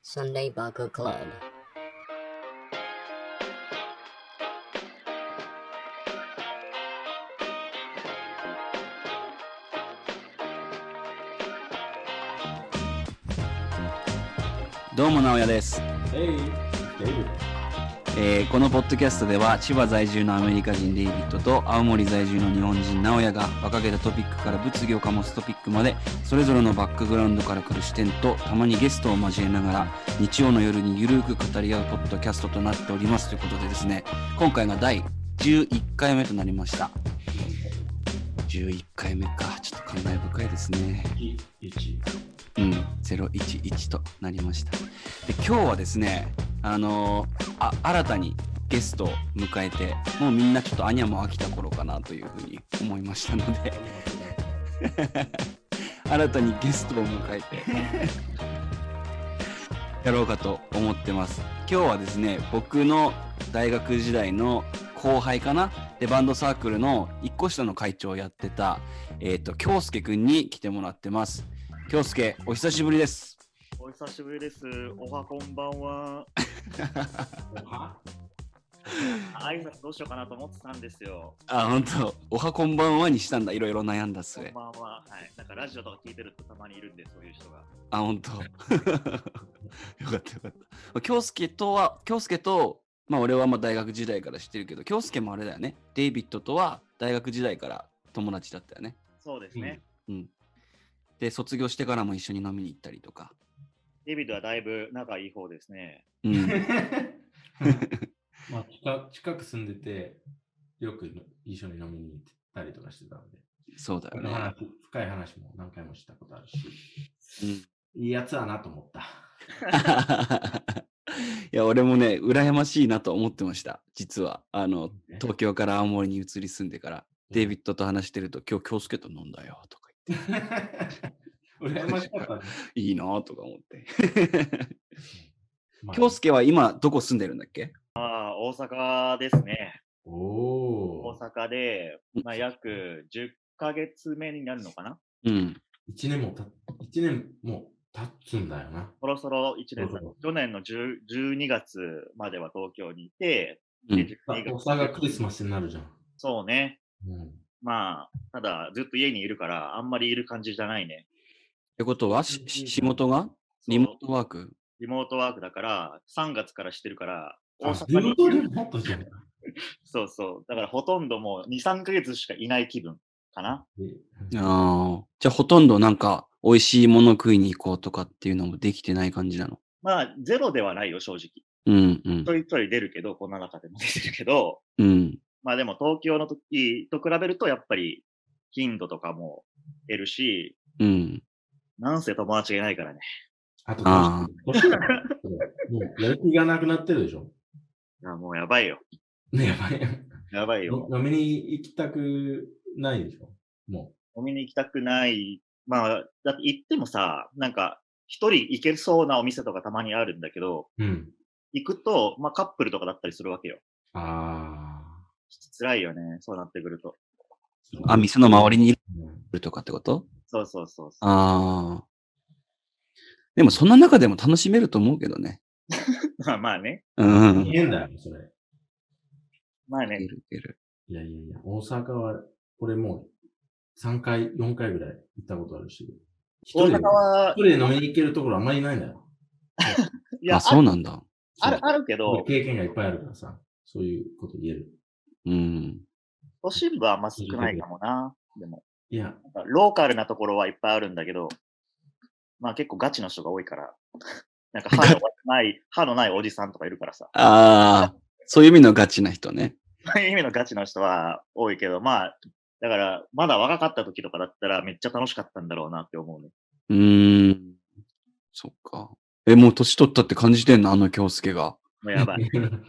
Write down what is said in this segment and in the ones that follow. Sunday Baka Club. どうも、直哉です、 Hey, David. えーこのポッドキャストでは、千葉在住のアメリカ人デイビッドと、青森在住の日本人直哉が、馬鹿げたトピックから物議を醸すトピックまで、それぞれのバックグラウンドから来る視点と、たまにゲストを交えながら、日曜の夜にゆるく語り合うポッドキャストとなっておりますということでですね、今回が第11回目となりました。11回目か、ちょっと感慨深いですね。い一。うん、011となりました。で、今日はですね、あのーあ、新たにゲストを迎えて、もうみんなちょっとアニャも飽きた頃かなというふうに思いましたので、 新たにゲストを迎えて、 やろうかと思ってます。今日はですね、僕の大学時代の後輩かなで、バンドサークルの一個下の会長をやってた、えっ、と、京介くんに来てもらってます。京介、お久しぶりです。お久しぶりです。おはこんばんは。は挨拶どうしようかなと思ってたんですよ。あ、本当。おはこんばんはにしたんだ。いろいろ悩んだっすこんね。ばんは。はい。なんかラジオとか聞いてるとたまにいるんで、そういう人が。あ、本当。よ かったよかった。京介とは、京介と、まあ俺はまあ大学時代から知ってるけど、京介もあれだよね。デイビッドとは大学時代から友達だったよね。そうですね。うん。で、卒業してからも一緒に飲みに行ったりとか。デビッドはだいぶ仲いい方ですね。うん。まあ近、近く住んでて、よく一緒に飲みに行ったりとかしてたので、そうだこよのね。話深い話も何回もしたことあるうん し、いいやつだなと思った。いや、俺もね、羨ましいなと思ってました。実は。あの、ね東京から青森に移り住んでから、デイビッドと話してると、今日京介と飲んだよとか言っ 羨ましかったね。て、いいなとか思って。まあ京介は今、どこ住んでるんだっけああ、大阪ですね。お大お。阪で、まあ、約10ヶ月目になるのかなうん。一年もた、一年も経つんだよな。そろそろ1年そうだそう、去年の10 12月までは東京にいて、うんで12さ大阪クリスマスになるじゃん。そうね。うん、まあ、ただずっと家にいるから、あんまりいる感じじゃないね。ってことは、しし仕事がそうリモートワークリモートワークだから、3月からしてるから、大あ、阪リモートにリモートじゃん。そうそう。だからほとんどもう2、3ヶ月しかいない気分かな。ああ。じゃあ、ほとんどなんか、美味しいもの食いに行こうとかっていうのもできてない感じなの。まあ、ゼロではないよ、正直。うん、うんち、ょいちょい出るけど、こんな中でも出てるけど、うん。まあでも東京の時と比べると、やっぱり頻度とかも出るし、うん。なんせ友達がいないからね。あと、あ年がもうやる気がなくなってるでしょ。いやもうやばいよ。ね、やばい。やばいよ。飲みに行きたくないでしょ。も飲みに行きたくない。まあ、だって行ってもさ、なんか、一人行けそうなお店とかたまにあるんだけど、う。うん。行くと、まあカップルとかだったりするわけよ。あ辛いよね、そうなってくると。あ、店の周りにいあ。うんるとかってことそうそうそうそう。ああ。でも、そんな中でも楽しめると思うけどね。まあ まあね。うん。い変だよ、それ。まあけね。るいける。いやいやいや、大阪は、これもう3回、4回ぐらい行ったことあるし。一大人で阪は一、人で飲みに行けるところあんまりないんだよ。いや、あ、そうなんだ。ある、あるけそうど、経験がいっぱいあるからさ、そういうこと言える。うん。都心部はあんま少ないかもな。でも、いや、なんかローカルなところはいっぱいあるんだけど、まあ結構ガチの人が多いから、なんか歯のない、歯のないおじさんとかいるからさ。ああ、そういう意味のガチな人ね。そういう意味のガチの人は多いけど、まあ、だから、まだ若かった時とかだったらめっちゃ楽しかったんだろうなって思うね。うーん。そっか。え、もう年取ったって感じてんのあの京介が。もうや ばい。う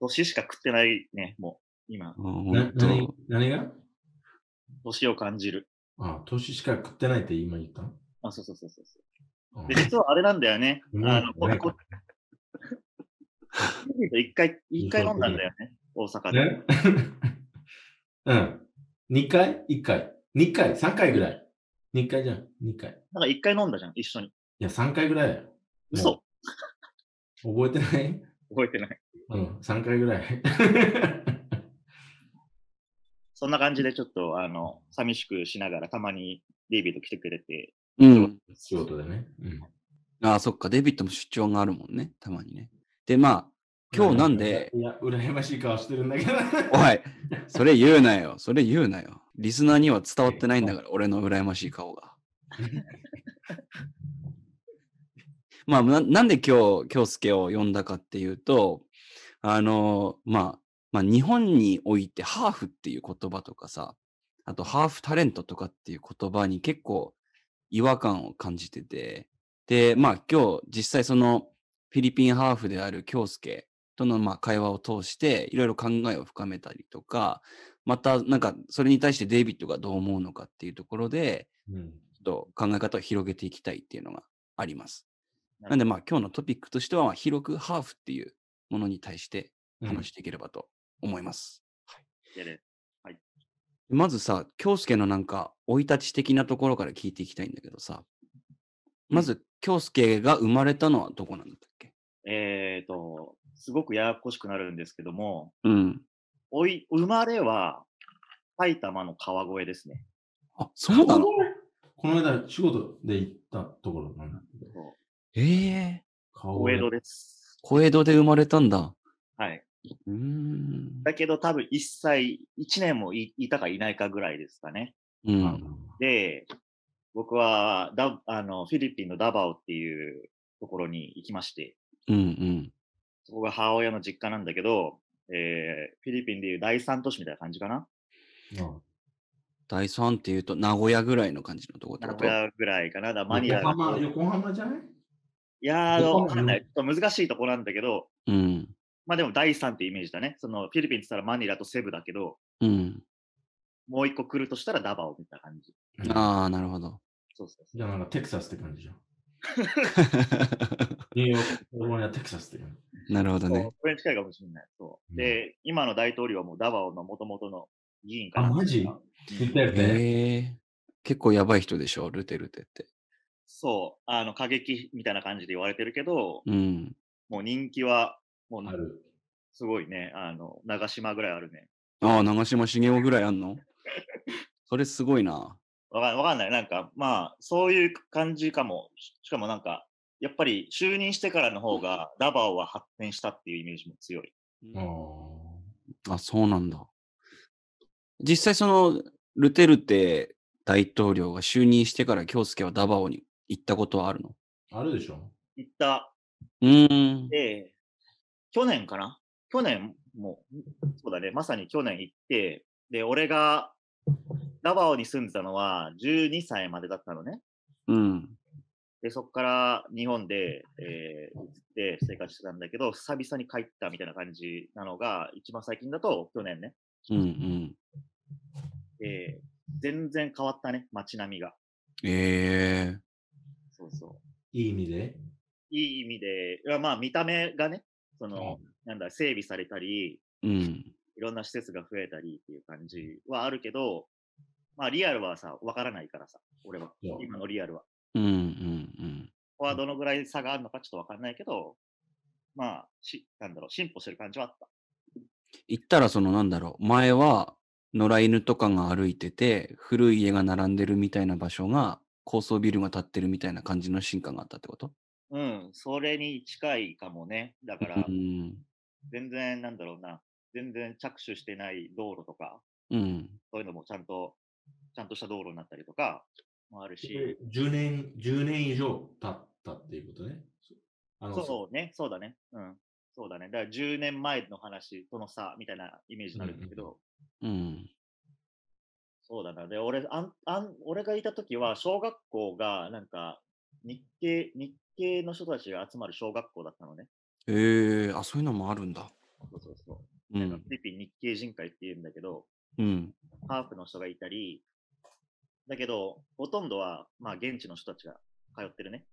年しか食ってないね、もう、今。あほんなん何と。何が年を感じる。あ、年しか食ってないって今言ったあ、そうそうそうそうそう。あで、実はあれなんだよね。うん あの、こねこ一回、一回飲んだんだよね。大阪で。ね うん。2回 ?1 回 ?2 回 ?3 回ぐらい2回じゃん、2回。いなんか一回飲んだじゃん、一緒に。や、3回ぐらいだよ。嘘もう覚えてない覚えてない。うん、3回ぐらい。 そんな感じでちょっと、あの、寂しくしながらたまにデイビッド来てくれて、うん。仕事でね。うん。ああ、そっか、デビットも出張があるもんね、たまにね。で、まあ、今日なんで、いや、羨ましい顔してるん だけど。おい、それ言うなよ、それ言うなよ。リスナーには伝わってないんだから、俺の羨ましい顔が。 まあな、なんで今日、京介を呼んだかっていうと、あの、まあ、まあ、日本においてハーフっていう言葉とかさ、あとハーフタレントとかっていう言葉に結構違和感を感じてて、で、まあ今日実際そのフィリピンハーフである京介とのまあ会話を通していろいろ考えを深めたりとか、またなんかそれに対してデイビッドがどう思うのかっていうところで、うん。ちょっと考え方を広げていきたいっていうのがあります。なるなほどんでまあ今日のトピックとしてはまあ広くハーフっていうものに対してうん話していければと思います。やれまずさ、京介のなんか生い立ち的なところから聞いていきたいんだけどさ、まず京介が生まれたのはどこなんだったっけえっ、ー、と、すごくややこしくなるんですけども、うん。おい生まれは埼玉の川越ですね。あ、そうなのこの間、仕事で行ったところなんだけど、そうええ顔大江戸です。小江戸で生まれたんだ。はい。うーん。だけど多分1歳、1年もいいたかいないかぐらいですかね。う。うんん。で、僕はダあのフィリピンのダバオっていうところに行きまして、うんうん。そこが母親の実家なんだけど、えー、フィリピンでいう第三都市みたいな感じかな第三っていうと名古屋ぐらいの感じのとこって名こと古屋ぐらいかな。だからマニラ横が浜、横浜じゃないいやーあの、横浜わかんない。ちょっと難しいところなんだけど、うん。まあでも第三ってイメージだね。そのフィリピンって言ったらマニラとセブだけど、うん。もう一個来るとしたらダバオみたいな感じ。ああ、なるほど。 そうそうじゃあなんかテキサスって感じじゃん。ニューヨーク、カリフォルニア、テキサスって感じ。なるほどそう。ね。これに近いかもしれない。そう。で、今の大統領はもうダバオの元々の議員かあ、な。マジ似たよね。ええ結構やばい人でしょ、ルテルテって。そう。あの、過激みたいな感じで言われてるけど、うん。もう人気は、もうある。すごいね。あの、長島ぐらいあるね。ああ、長嶋茂雄ぐらいあんのそれすごいな。わかんわかんない。なんか、まあ、そういう感じかも。ししかもなんか、やっぱり就任してからの方がダバオは発展したっていうイメージも強い。ああ、そうなんだ。実際その、ルテルテ大統領が就任してから京介はダバオに行ったことはあるのーあるでしょ行った。うーん。で、去年かな去年も、そうだね。まさに去年行って、で、俺がダバオに住んでたのは12歳までだったのね。うん。で、そこから日本で、えー、移って生活してたんだけど、久々に帰ったみたいな感じなのが、一番最近だと去年ね。うんうん。えー、全然変わったね、街並みが。ええそうそう。いい意味で。いい意味で、いやまあ見た目がね、その、なんだ、整備されたり、うん。いろんな施設が増えたりっていう感じはあるけど、まあリアルはさ、わからないからさ、俺は。そう今のリアルは。うんうんここはどのぐらい差があるのかちょっとわかんないけど、まあ、し、なんだろう、進歩してる感じはあった。うん。行ったらそのなんだろう、前は野良犬とかが歩いてて、古い家が並んでるみたいな場所が、高層ビルが建ってるみたいな感じの進化があったってことうん、それに近いかもね。だかうら、ん。全然、なんだろうな、全然着手してない道路とか、うん。そういうのもちゃんと、ちゃんとした道路になったりとかもあるし、 10年、10年以上経ったっていうことね。あのそうね、そうだね。うん。そうだね。だから10年前の話との差みたいなイメージになるんだけど、うんうん。そうだな。で、俺、あんあん俺がいた時は、小学校が、なんか、日系、日系の人たちが集まる小学校だったのね。ええあ、そういうのもあるんだ。そうそうそう。うなんかんフ。ィリピン日系人会って言うんだけど、うん。ハーフの人がいたり、だけど、ほとんどは、まあ、現地の人たちが通ってるね。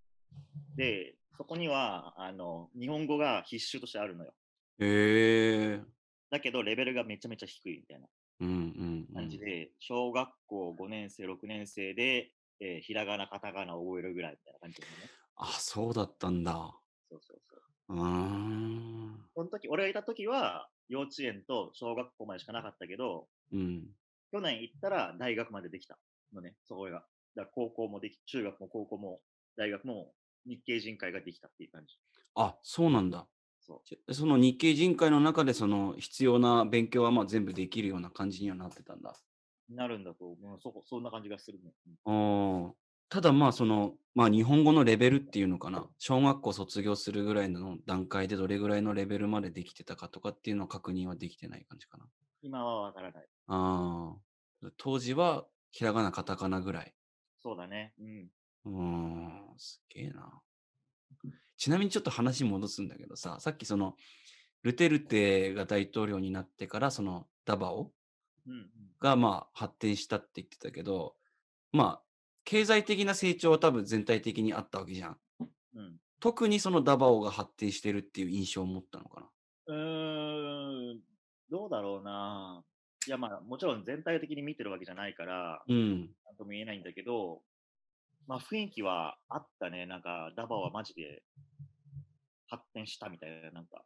で、そこには、あの、日本語が必修としてあるのよ。ええだけど、レベルがめちゃめちゃ低いみたいなうんうんうん。感じで、小学校5年生、6年生で、えーひらがな、カタカナを覚えるぐらいみたいな感じでね。あ、そうだったんだ。そうそうそう。うーん。その時、俺がいた時は、幼稚園と小学校までしかなかったけど、うん。去年行ったら大学までできたのね、そこが。だから高校もでき、中学も高校も大学も日系人会ができたっていう感じ。あ、そうなんだ。そう。じゃその日系人会の中でその必要な勉強はまあ全部できるような感じにはなってたんだ。なるんだと思う。そこ、そんな感じがするね。うんあーただまあその、まあ、日本語のレベルっていうのかな小学校卒業するぐらいの段階でどれぐらいのレベルまでできてたかとかっていうのは確認はできてない感じかな。今はわからない。あー当時はひらがなカタカナぐらい。そうだね。うん。うーん、すげえな。ちなみにちょっと話戻すんだけどさ、さっきその、ルテルテが大統領になってから、そのダバオうん、うん。がまあ発展したって言ってたけど、まあ、経済的な成長は多分全体的にあったわけじゃん。うん。特にそのダバオが発展してるっていう印象を持ったのかな。うーん、どうだろうな。いや、まあ、もちろん全体的に見てるわけじゃないから、うん。なんとも言えないんだけど、まあ、雰囲気はあったね。なんか、ダバオはマジで発展したみたいな、なんか、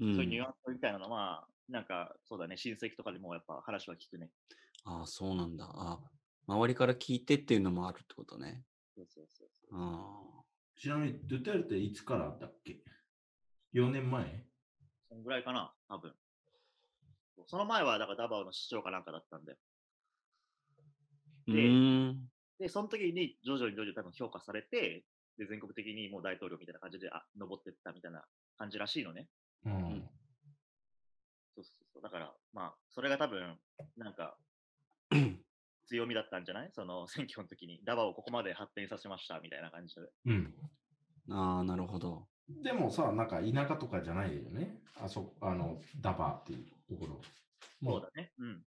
う、そうんいうニュアンスみたいなのは、なんか、そうだね、親戚とかでもやっぱ話は聞くね。ああ、そうなんだ。あ周りから聞いてっていうのもあるってことね。そうそうそうそう。ああ。ちなみに、ドゥテルテいつからだっけ ?4 年前そんぐらいかな、多分。その前は、だからダバオの市長かなんかだったんだよ。うでーん。で、その時に徐々に徐々に多分評価されて、で、全国的にもう大統領みたいな感じで、あ、登ってったみたいな感じらしいのね。うんん。そうそうそう。だから、まあ、それが多分、なんか、強みだったんじゃないその 選挙の時に、ダバオをここまで発展させましたみたいな感じで。うん。ああ、なるほど。でもさ、なんか田舎とかじゃないよね。あそこ、あの、ダバーっていうところ。そもうだね。うん。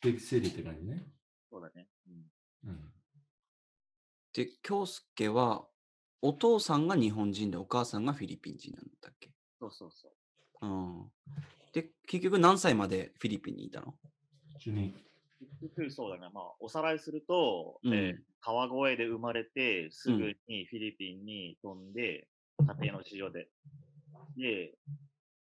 適正理って感じね。そうだね。うん。うん。で、京介は、お父さんが日本人でお母さんがフィリピン人なんだっけそうそうそう。うん。で、結局何歳までフィリピンにいたの中に。結局、そうだね。まあ、おさらいすると、うんえー川越で生まれて、すぐにフィリピンに飛んで、家庭の事情で。で、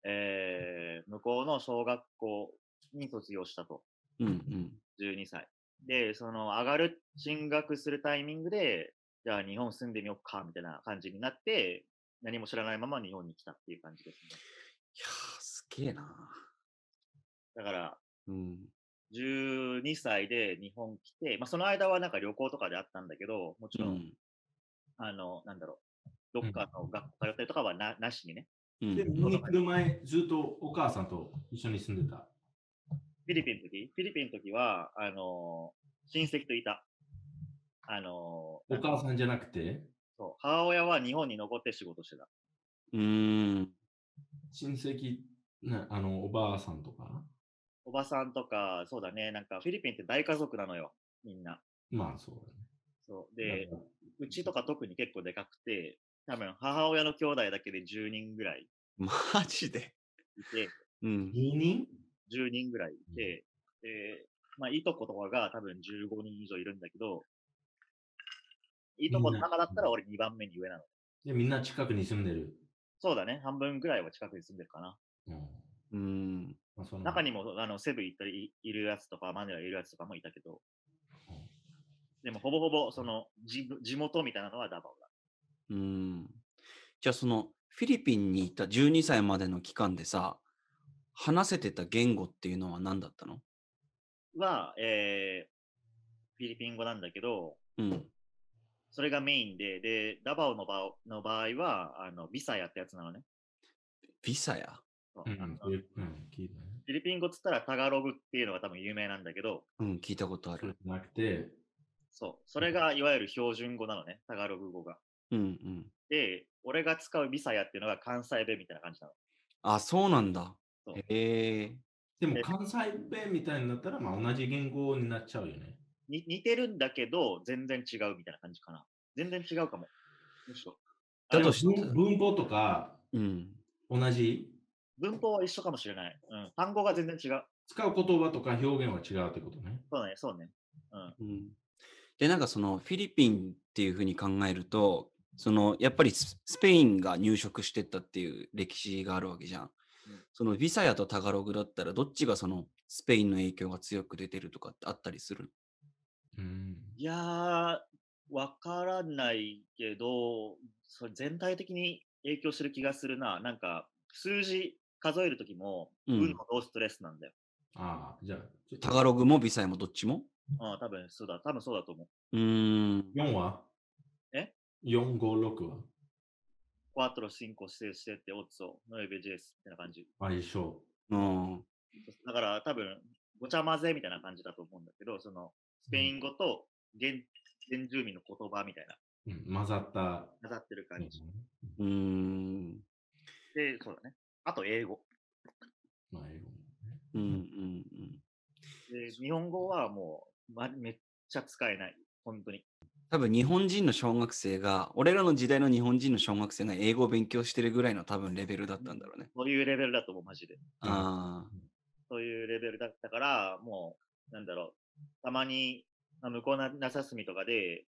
えー向こうの小学校に卒業したと。うんうん。 12歳。で、その、上がる、進学するタイミングで、じゃあ日本住んでみよっか、みたいな感じになって、何も知らないまま日本に来たっていう感じですね。いやー、すげえな。だから、うん。 12歳で日本来て、まあその間はなんか旅行とかであったんだけど、もちうろん、ん。あの、なんだろう、どっかの学校通ったりとかはな,、なしにね、うんで、見に来る前、ずっとお母さんと一緒に住んでた。フィリピンの時フィリピンの時は、あの、親戚といた。あの、お母さんじゃなくて、そう母親は日本に残って仕事してた。うーん。親戚、なあの、おばあさんとか。おばさんとか、そうだね、なんかフィリピンって大家族なのよ、みんな。まあ、そうだね。そう。なんで、かうちとか特に結構でかくて、多分母親の兄弟だけで10人ぐらいマジで。いて、うん。芸人10人ぐらいいて、で、まあ、いとことかが多分15人以上いるんだけど、いとこの中だったら俺2番目に上なの。で、みんな近くに住んでる。そうだね、半分ぐらいは近くに住んでるかな。うん。うん。まあ、その中にも、あの、セブン行ったりいいるやつとか、マニラいるやつとかもいたけどうん、でもほぼほぼ、その、地地元みたいなのはダバオだ。うん。じゃあその、フィリピンにいた12歳までの期間でさ、話せてた言語っていうのは何だったのは、えー、フィリピン語なんだけど、うん。それがメインで、で、ダバオの場の場合は、あの、ビサヤってやつなのね。ビサや。そううあんの、そういううん、聞いたね。フィリピン語っつったらタガログっていうのが多分有名なんだけど、うん、聞いたことあそれる。じゃなくて、そう、それがいわゆる標準語なのね、タガログ語が。うんうん。で、俺が使うビサヤっていうのが関西弁みたいな感じなの。あ、そうなんだそう。へえ。でもえ関西弁みたいになったら、まあ、同じ言語になっちゃうよね。に似てるんだけど、全然違うみたいな感じかな。全然違うかも。むしろ。だあとのした文文法とかうん。同じ文法は一緒かもしれない。うん、単語が全然違う。使う言葉とか表現は違うってことね。そうね、そうね。うん。うん。で、なんかそのフィリピンっていうふうに考えると、そのやっぱりススペインが入植してったっていう歴史があるわけじゃん。そのビサヤとタガログだったらどっちがそのスペインの影響が強く出てるとかってあったりするうん。いやー、わからないけど、それ全体的に影響してる気がするな。なんか、数字数えるときも、うん運のローストレスなんだよ。ああ、じゃあ、ちょっタとガログもビサヤもどっちもうん、多分そうだ、多分そうだと思う。うーん。 4はえ ?4、5、6は4、6、5、6、7、8、9、10ってな感じ。相性。うん。だから多分、ごちゃ混ぜみたいな感じだと思うんだけど、その、スペイン語と原原住民の言葉みたいな、うん、混ざった。混ざってる感じ。うーん。で、そうだね。あと英語。まあ、英語もねうん。うん。うんで、日本語はもう、ま、めっちゃ使えない。本当に。多分日本人の小学生が、俺らの時代の日本人の小学生が英語を勉強してるぐらいの多分レベルだったんだろうね。そういうレベルだと思う、マジで。うんああ。そういうレベルだったから、もう、なんだろう。たまに、まあ向こうな、なさすみとかで、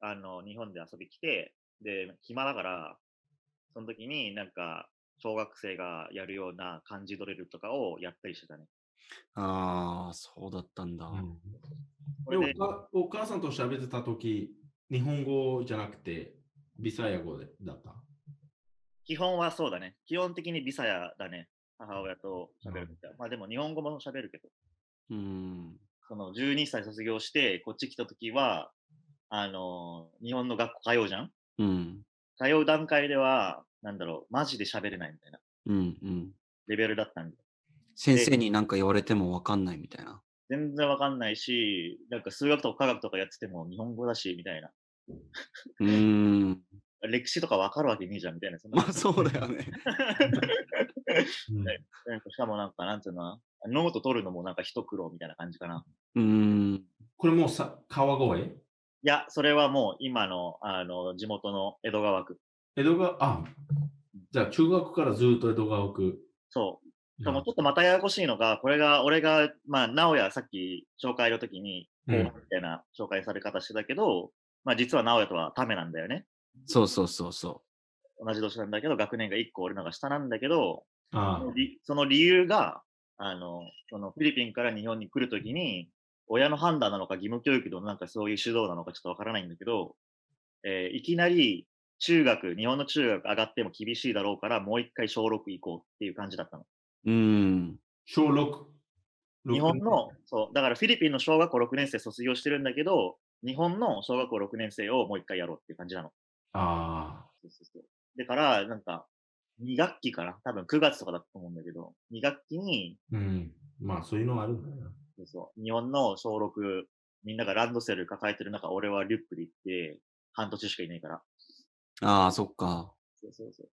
あの、日本で遊び来て、で、暇だから、その時になんか、小学生がやるような漢字ドリルとかをやったりしてたね。ああ、そうだったんだ。こでれおで、かお母さんと喋ってたとき、日本語じゃなくて、ビサヤ語でだった。基本はそうだね。基本的にビサヤだね。母親と喋るみたいな。まあでも日本語も喋るけど。うん。その12歳卒業して、こっち来た時は、あのー日本の学校通うじゃんうん。通う段階では、なんだろう、マジで喋れないみたいなうん。うん。レベルだったんで、先生に何か言われてもわかんないみたい な。全然わかんないし、なんか数学とか科学とかやってても日本語だし、みたいな。うーん。歴史とかわかるわけねえじゃん、みたいな。そんなまあそう だよね。 うんはいなんかしかもなんか、なんていうのかな、ノート取るのもなんか一苦労みたいな感じかな。うーん。これもうさ川越いや、それはもう今の、あの、地元の江戸川区。江戸川、あ、じゃあ中学からずっと江戸川区。そう。しかうもちょっとまたややこしいのが、これが、俺が、まあ、直哉さっき紹介の時に、こううんみたいな紹介され方してたけど、まあ実は直哉とはためなんだよね。そうそうそうそ同じ年なんだけど、学年が1個俺のが下なんだけど、ありその理由が、あの、そのフィリピンから日本に来るときに、親の判断なのか義務教育のなんかそういう指導なのかちょっとわからないんだけど、えーいきなり中学、日本の中学上がっても厳しいだろうから、もう一回小6行こうっていう感じだったの。う。うーん。小6。日本の、そう、だからフィリピンの小学校6年生卒業してるんだけど、日本の小学校6年生をもう一回やろうっていう感じなの。ああ、そうそうそうだから、なんか、2学期かな多分9月とかだと思うんだけど、2学期に、うん。まあそういうのはあるんだよな。そうそう日本の小6、みんながランドセル抱えてる中、俺はリュックで行って、半年しかいないから。ああ、そっか。そうそうそう。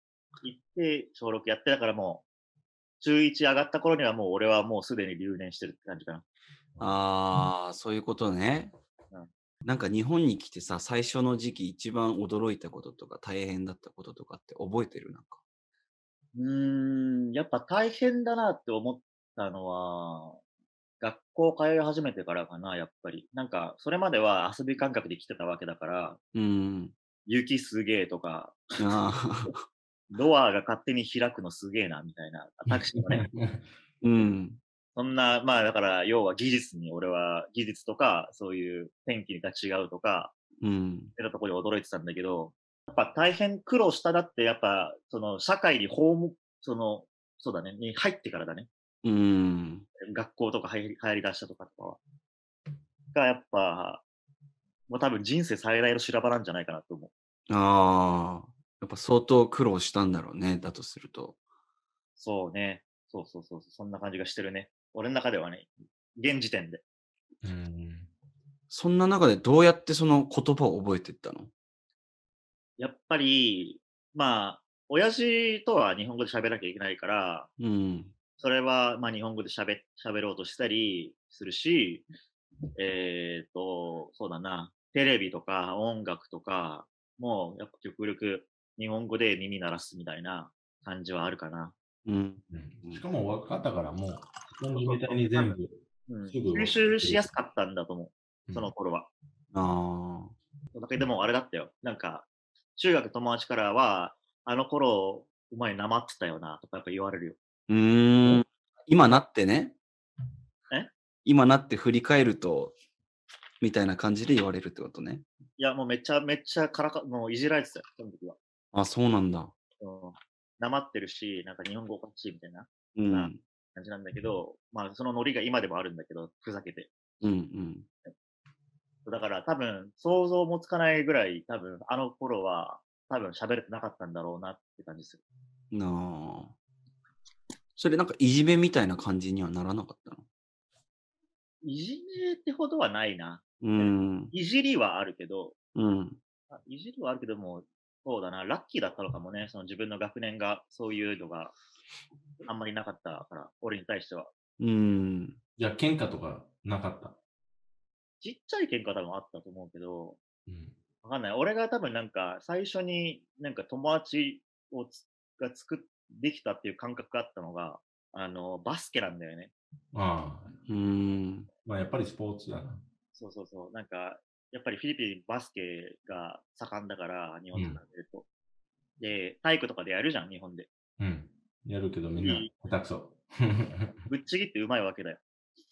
行って、小6やって、だからもう、中1上がった頃にはもう俺はもうすでに留年してるって感じかな。ああ、そういうことねうん。なんか日本に来てさ、最初の時期一番驚いたこととか大変だったこととかって覚えてるなんか。うーん、やっぱ大変だなって思ったのは、学校通い始めてからかな、やっぱり。なんか、それまでは遊び感覚で来てたわけだから、うーん。雪すげえとか、あ あ。ドアが勝手に開くのすげえな、みたいな。タクシーも ね。うん。そんな、まあだから、要は技術に、俺は技術とか、そういう天気が違うとか、うん。出たところに驚いてたんだけど、やっぱ大変苦労しただって、やっぱ、その、社会に訪問、その、そうだね、に入ってからだね。うん。学校とか入り入り出したとかとかは。がやっぱ、もう多分人生最大の修羅場なんじゃないかなと思う。ああ。やっぱ相当苦労したんだろうね。だとすると。そうね。そうそうそうそう。そんな感じがしてるね。俺の中ではね、現時点で。うん。そんな中でどうやってその言葉を覚えてったのやっぱり、まあ、親父とは日本語で喋らなきゃいけないから、うん。っそれは、まあ、日本語で喋、喋ろうとしたりするし、えっ、と、そうだな、テレビとか音楽とか、もう、やっぱ極力、日本語で耳鳴らすみたいな感じはあるかな。うんしかも分かったから、もう、スポンジみたいに全部。うん、すぐ吸収しやすかったんだと思う、その頃は。あだけでもあれだったよ。なんか、中学友達からは、あの頃、お前なまってたよな、とかやっぱ言われるよ。ーうーん。今なってね。え今なって振り返ると、みたいな感じで言われるってことね。いや、もうめっちゃめっちゃからか、もういじられてたよ、その時は。あ、そうなんだ。うんなまってるし、なんか日本語おかしいみたいなうん。うあん感じなんだけど、まあそのノリが今でもあるんだけど、ふざけて。うん。だから多分想像もつかないぐらい多分あの頃は多分喋れてなかったんだろうなって感じする。なあ。それなんかいじめみたいな感じにはならなかったのいじめってほどはないな。うん。いじりはあるけど、うん。あいじりはあるけども、そうだな、ラッキーだったのかもね、その自分の学年がそういうのがあんまりなかったから、俺に対しては。うん。じゃあ、喧嘩とかなかった。ちっちゃい喧嘩多分あったと思うけど、うん。わかんない。俺が多分なんか、最初になんか友達をつが作っ、できたっていう感覚があったのが、あの、バスケなんだよね。ああ、うん。まあやっぱりスポーツだな。そうそうそう。なんか、やっぱりフィリピンバスケが盛んだから、日本と比べると。で、体育とかでやるじゃん、日本で。うん。やるけどみんなうん下手くそ。ぶっちぎってうまいわけだよ。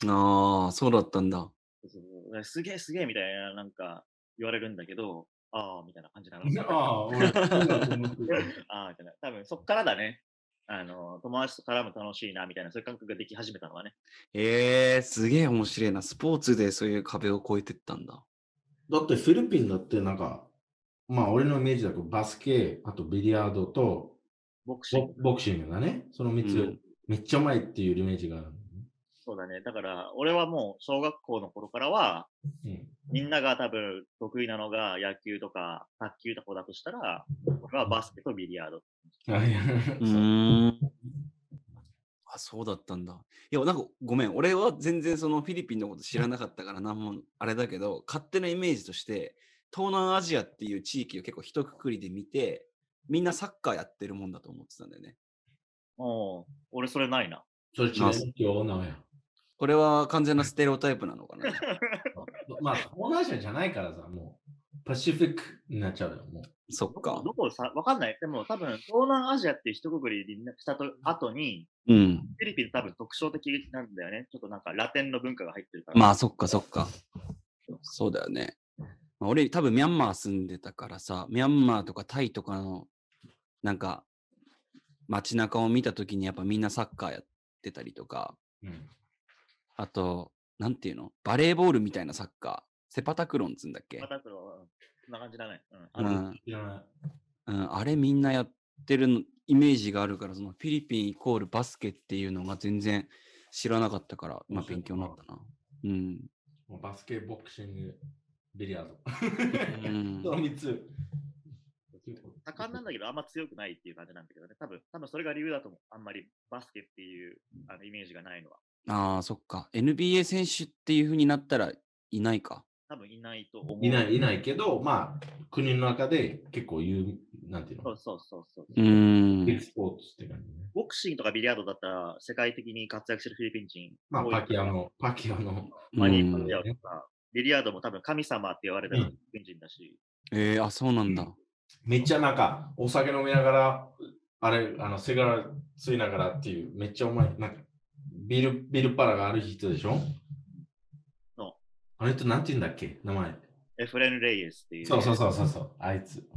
ああ、そうだったんだ。そうそうそうすげえすげえみたいな、なんか言われるんだけど、ああ、みたいな感じなの。 あ あ、俺、そうだと思ってた ああ、みたいな。多分そっからだね。あの、友達と絡む楽しいな、みたいな、そういう感覚ができ始めたのはね。ええすげえ面白いな。スポーツでそういう壁を越えてったんだ。 だってフィリピンだってなんか、まあ俺のイメージだとバスケ、あとビリヤードとボクシンボグ。ボクシングだね。その3つ、うんめっちゃうまいっていうイメージがあるのね、そうだね。だから、俺はもう小学校の頃からは、みんなが多分得意なのが野球とか卓球とかだとしたら、俺はバスケとビリヤード。うんうーん。あ、そうだったんだ。いや、なんかごめん。俺は全然そのフィリピンのこと知らなかったから、なんもあれだけど、勝手なイメージとして、東南アジアっていう地域を結構一括りで見て、みんなサッカーやってるもんだと思ってたんだよね。おう俺それないな。それ違うま今す日なんや。これは完全なステレオタイプなの かなまあ、東南アジアじゃないからさ、もう、パシフィックになっちゃうよ、もそっか。どこさ、わかんない。でも多分、東南アジアって一括りにしたと後に、うん。フィリピン多分特徴的なんだよね。ちょっとなんかラテンの文化が入ってるから。まあそっかそっか。そうだよね。まあ俺多分ミャンマー住んでたからさ、ミャンマーとかタイとかのなんか街中を見た時にやっぱみんなサッカーやってたりとか、う。うん。あと、なんていうのバレーボールみたいなサッカー。セパタクロンっつうんだっけ、またそれは、うんそんな感じだね。うん。あうのん知らないうん、あれみんなやってるのイメージがあるから、そのフィリピンイコールバスケっていうのが全然知らなかったから、まあ勉強になったな。うん。もうバスケ、ボクシング、ビリヤー ド。うんその3つ。盛んなんだけど、あんま強くないっていう感じなんだけどね。多分、多分それが理由だと思う。あんまりバスケっていうあのイメージがないのは。ああ、そっか。NBA 選手っていう風になったらいないか。多分いないと思う。いない、いないけど、まあ、国の中で結構有、なんていうそのう、そうそうそう。うービッんグ。スポーツって感じね。ボクシングとかビリヤードだったら、世界的に活躍してるフィリピン人。まあ、多いパキア。の、パキアの、マリー・うパんキアオとか、ビリヤードも多分神様って言われたフィリピン人だし。えー、あ、そうなんだ。めっちゃなんか、お酒飲みながら、あれ、あの、セガラ吸いながらっていう、めっちゃうまい、なんか、ビル、ビルパラがある人でしょそうあれとなんて言うんだっけ名前。エフレン・レイエスっていう。そうそうそうそうそう、あいつ。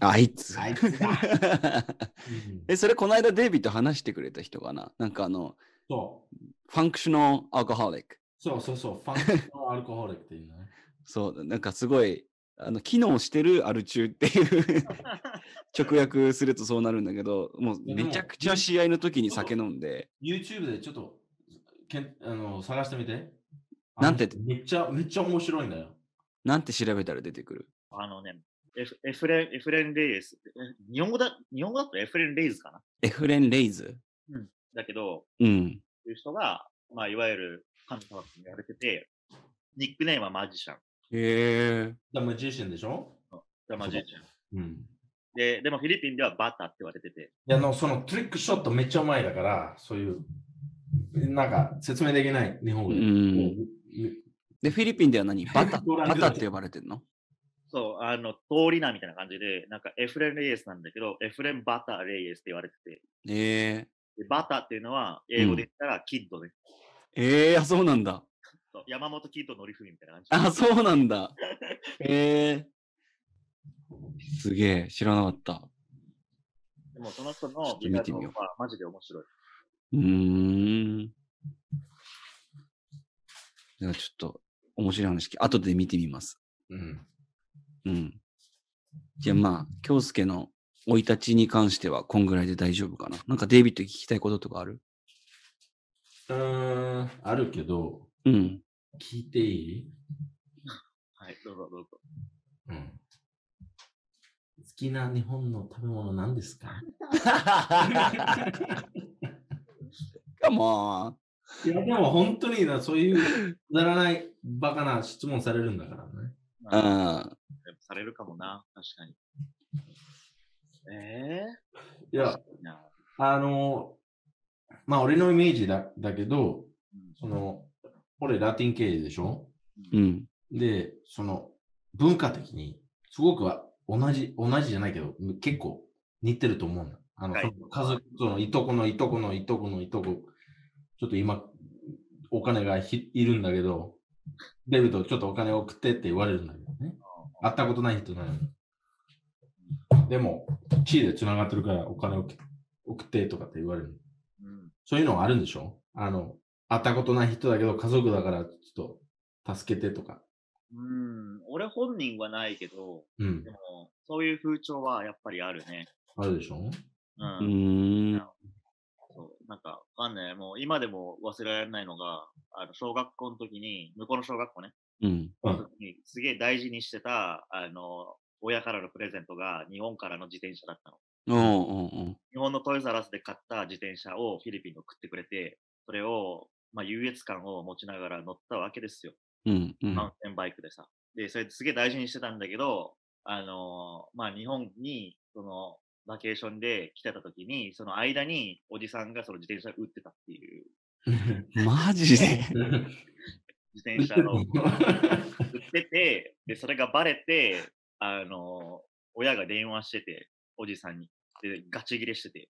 あいつ。あいつだ え、それこの間デイビーと話してくれた人かななんかあの、そうファンクショナルアルコホリック。そうそうそう、ファンクショナルアルコホリックっていうんだね。そう、なんかすごい、あの、機能してるアル中って いう直訳するとそうなるんだけど、もうやでめもちゃくちゃ試合の時に酒飲んで、 YouTube でちょっとけんあの探してみて。なんてあのめっちゃ、めっちゃ面白いんだよ。なんて調べたら出てくる。あのね、エフエフレン・エフレン・レイエス。え日本語だ、日本語だったらエフレン・レイズかな。エフレン・レイズ。だけど、うん。いう人が、まあ、いわゆる神様って言われてて、ニックネームはマジシャン。へえ。ダマジーシャンでしょザマジシャン。うん。で、でもフィリピンではバタって言われてて、いや、あの、そのトリックショットめっちゃうまいだから、そういう、なんか説明できない日本う語で。ん。こうで、フィリピンでは何バ タ、ご覧バくださいタって呼ばれてるのそう、あの、通り名みたいな感じで、なんかエフレン・レイエスなんだけど、エフレン・バタ・レイエスって言われてて、えでバタっていうのは、英語で言ったらキッドね。えええあ、そうなんだ。そう山本キッドのりふみみたいな感じ。あ、そうなん だ。ええすげえ、知らなかった。でもその人ちょっのとギタ見てーみのよう方がマジで面白い。うーん。じゃあちょっと、面白い話聞き、後で見てみます。うん。うん。じゃあまあ、京介の生い立ちに関しては、こんぐらいで大丈夫かな。なんかデイビッドに聞きたいこととかあるうーん、あるけど、 うん。聞いていいはい、どうぞどうぞ。うん。好きな日本の食べ物何ですかかもいや、でも本当にな、そういうくだらないバカな質問されるんだからね。ーん。でもされるかもな、確かに。えいえー、や確、かになあの、まあ俺のイメージだだけど、うんその、俺ラテン系でしょうん。で、その、文化的に、すごくは同じ、同じじゃないけど、結構似てると思うんだ。あの、はいその家族、その、いとこのいとこのいとこのいとこ、ちょっと今、お金がひいるんだけど、出るとちょっとお金送ってって言われるんだけどね。会ったことない人なのに。でも、地位で繋がってるからお金を送ってとかって言われる。うんそういうのはあるんでしょあの、会ったことない人だけど、家族だからちょっと助けてとか。うん、俺本人はないけど、うんで。も、そういう風潮はやっぱりあるね。あるでしょう。うんーん。そうなんか、わかんない。もう今でも忘れられないのが、あの、小学校の時に、向こうの小学校ね、うん。うん時にすげえ大事にしてた、あの、親からのプレゼントが日本からの自転車だったの。おうんうん日本のトイザラスで買った自転車をフィリピンが送ってくれて、それを、まあ、優越感を持ちながら乗ったわけですよ。うん。うん。マウンテンバイクでさ。で、それすげえ大事にしてたんだけど、あのーまあ、日本に、その、バケーションで来てた時に、その間におじさんがその自転車売ってたっていう、マジで自転車 を売ってて、で、それがバレて、あのー親が電話してて、おじさんに。で、ガチ切れしてて。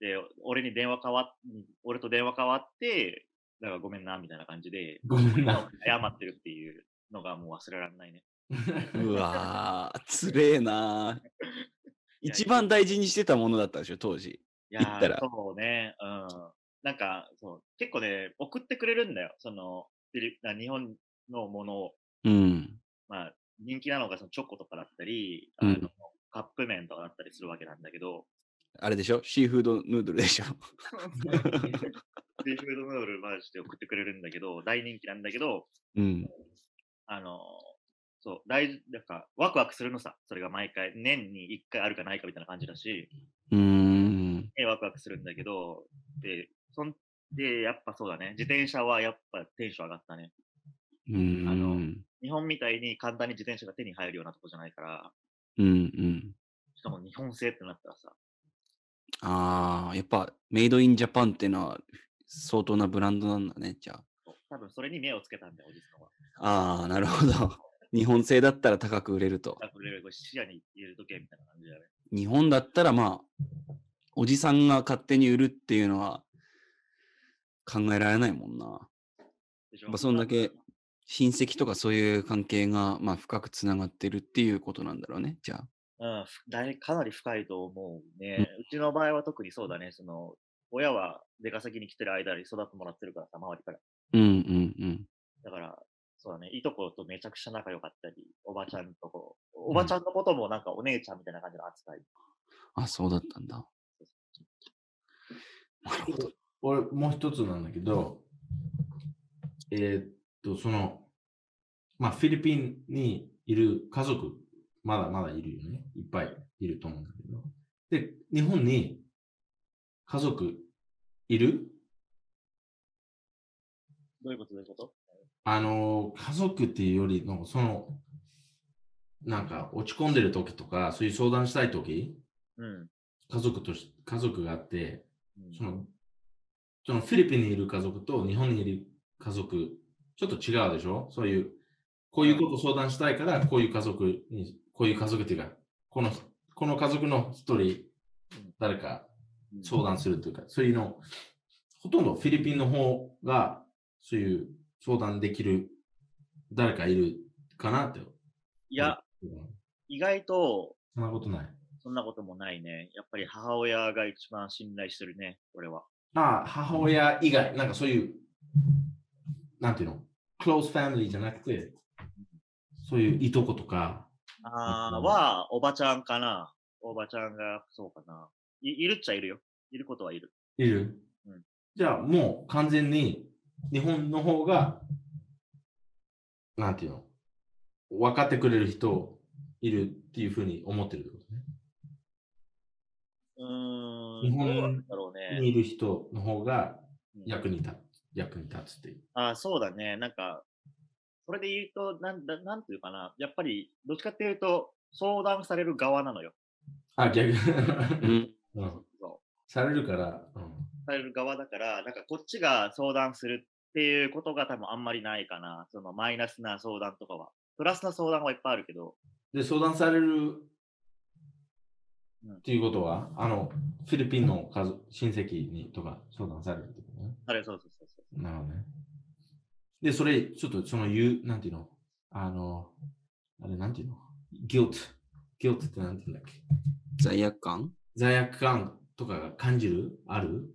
で、俺に電話変わっ、俺と電話変わって、だからごめんな、みたいな感じで、 ごめん謝 な。ってるっていうのがもう忘れられないね。うわー、つれえなー。いや一番大事にしてたものだったでしょ、当時。いやー行ったらそうね、うん。なんかそう、結構ね、送ってくれるんだよ。その、フィリな日本のものを、うん。まあ、人気なのがそのチョコとかだったり、あうのんカップ麺とかだったりするわけなんだけど、あれでしょシーフードヌードルでしょデフードヌードルマジで送ってくれるんだけど、大人気なんだけど、うん。ああの、そう、大事、なんか、ワクワクするのさ、それが毎回、年に1回あるかないかみたいな感じだし、うーん。ねワクワクするんだけど、で、そんで、やっぱそうだね、自転車はやっぱテンション上がったね。うーん。ああのの、うん日本みたいに簡単に自転車が手に入るようなとこじゃないから、うん。しかも日本製ってなったらさ、ああ、やっぱ、メイドインジャパンってのは相当なブランドなんだね、じゃ多分それに目をつけたんだよ、おじさんは。あ。ああ、なるほど。日本製だったら高く売れると。あこれ、これ視野に入れとけみたいな感じだよね。日本だったら、まあ、おじさんが勝手に売るっていうのは考えられないもんな。でしやっぱそんだけ親戚とかそういう関係が、まあ、深くつながってるっていうことなんだろうね、じゃあ。うん、ふだいかなり深いと思うね。うちの場合は特にそうだね、その、親は出稼ぎに来てる間に育ってもらってるからさ、周りから。うんうんうん。だから、そうだね、いとことめちゃくちゃ仲良かったり、おばちゃんとこ、おばちゃんのこともなんかお姉ちゃんみたいな感じの扱い。あ、そうだったんだ。なるほど。俺、もう一つなんだけど、えーっと、その、まあ、フィリピンにいる家族、まだまだいるよね。いっぱいいると思うんだけど。で、日本に家族いるどういうことどういうことあの、家族っていうよりの、その、なんか落ち込んでる時とか、そういう相談したい時、うん。家族とし、家族があって、うんその、そのフィリピンにいる家族と日本にいる家族、ちょっと違うでしょそういう、こういうこと相談したいから、こういう家族に、こういう家族っていうか、この、この家族の一人、誰か相談するというか、そういうの、ほとんどフィリピンの方が、そういう相談できる、誰かいるかなって。いや、意外と、そんなことない。そんなこともないね。やっぱり母親が一番信頼してるね、俺は。ああ、母親以外、なんかそういう、なんていうの、クローズファミリーじゃなくて、そういういとことか、あうーんは、おばちゃんかな。おばちゃんが、そうかな。いいるっちゃいるよ。いることはいる。いる、うんじゃあもう完全に日本の方が、なんていうの、分かってくれる人いるっていうふうに思ってるってことね。うー日ん、ど本うなんだろうね。にいる人の方がうん役に立つ、役に立つっていう。あーそうだね。なんか、それで言うと、なんだ、なんていうかな。やっぱり、どっちかっていうと、相談される側なのよ。あ、逆、うん。うん。そうされるから、うん。される側だから、なんかこっちが相談するっていうことが多分あんまりないかな。そのマイナスな相談とかは。プラスな相談はいっぱいあるけど、で、相談されるうんっていうことは、あの、フィリピンの家族親戚にとか相談されるってことね。あれ、そうそうそうそう。なるほどね。で、それ、ちょっとその言う、なんていうのあの、あれ、なんていうの ?guilt。guilt ってなんていうんだっけ罪悪感罪悪感とかが感じるある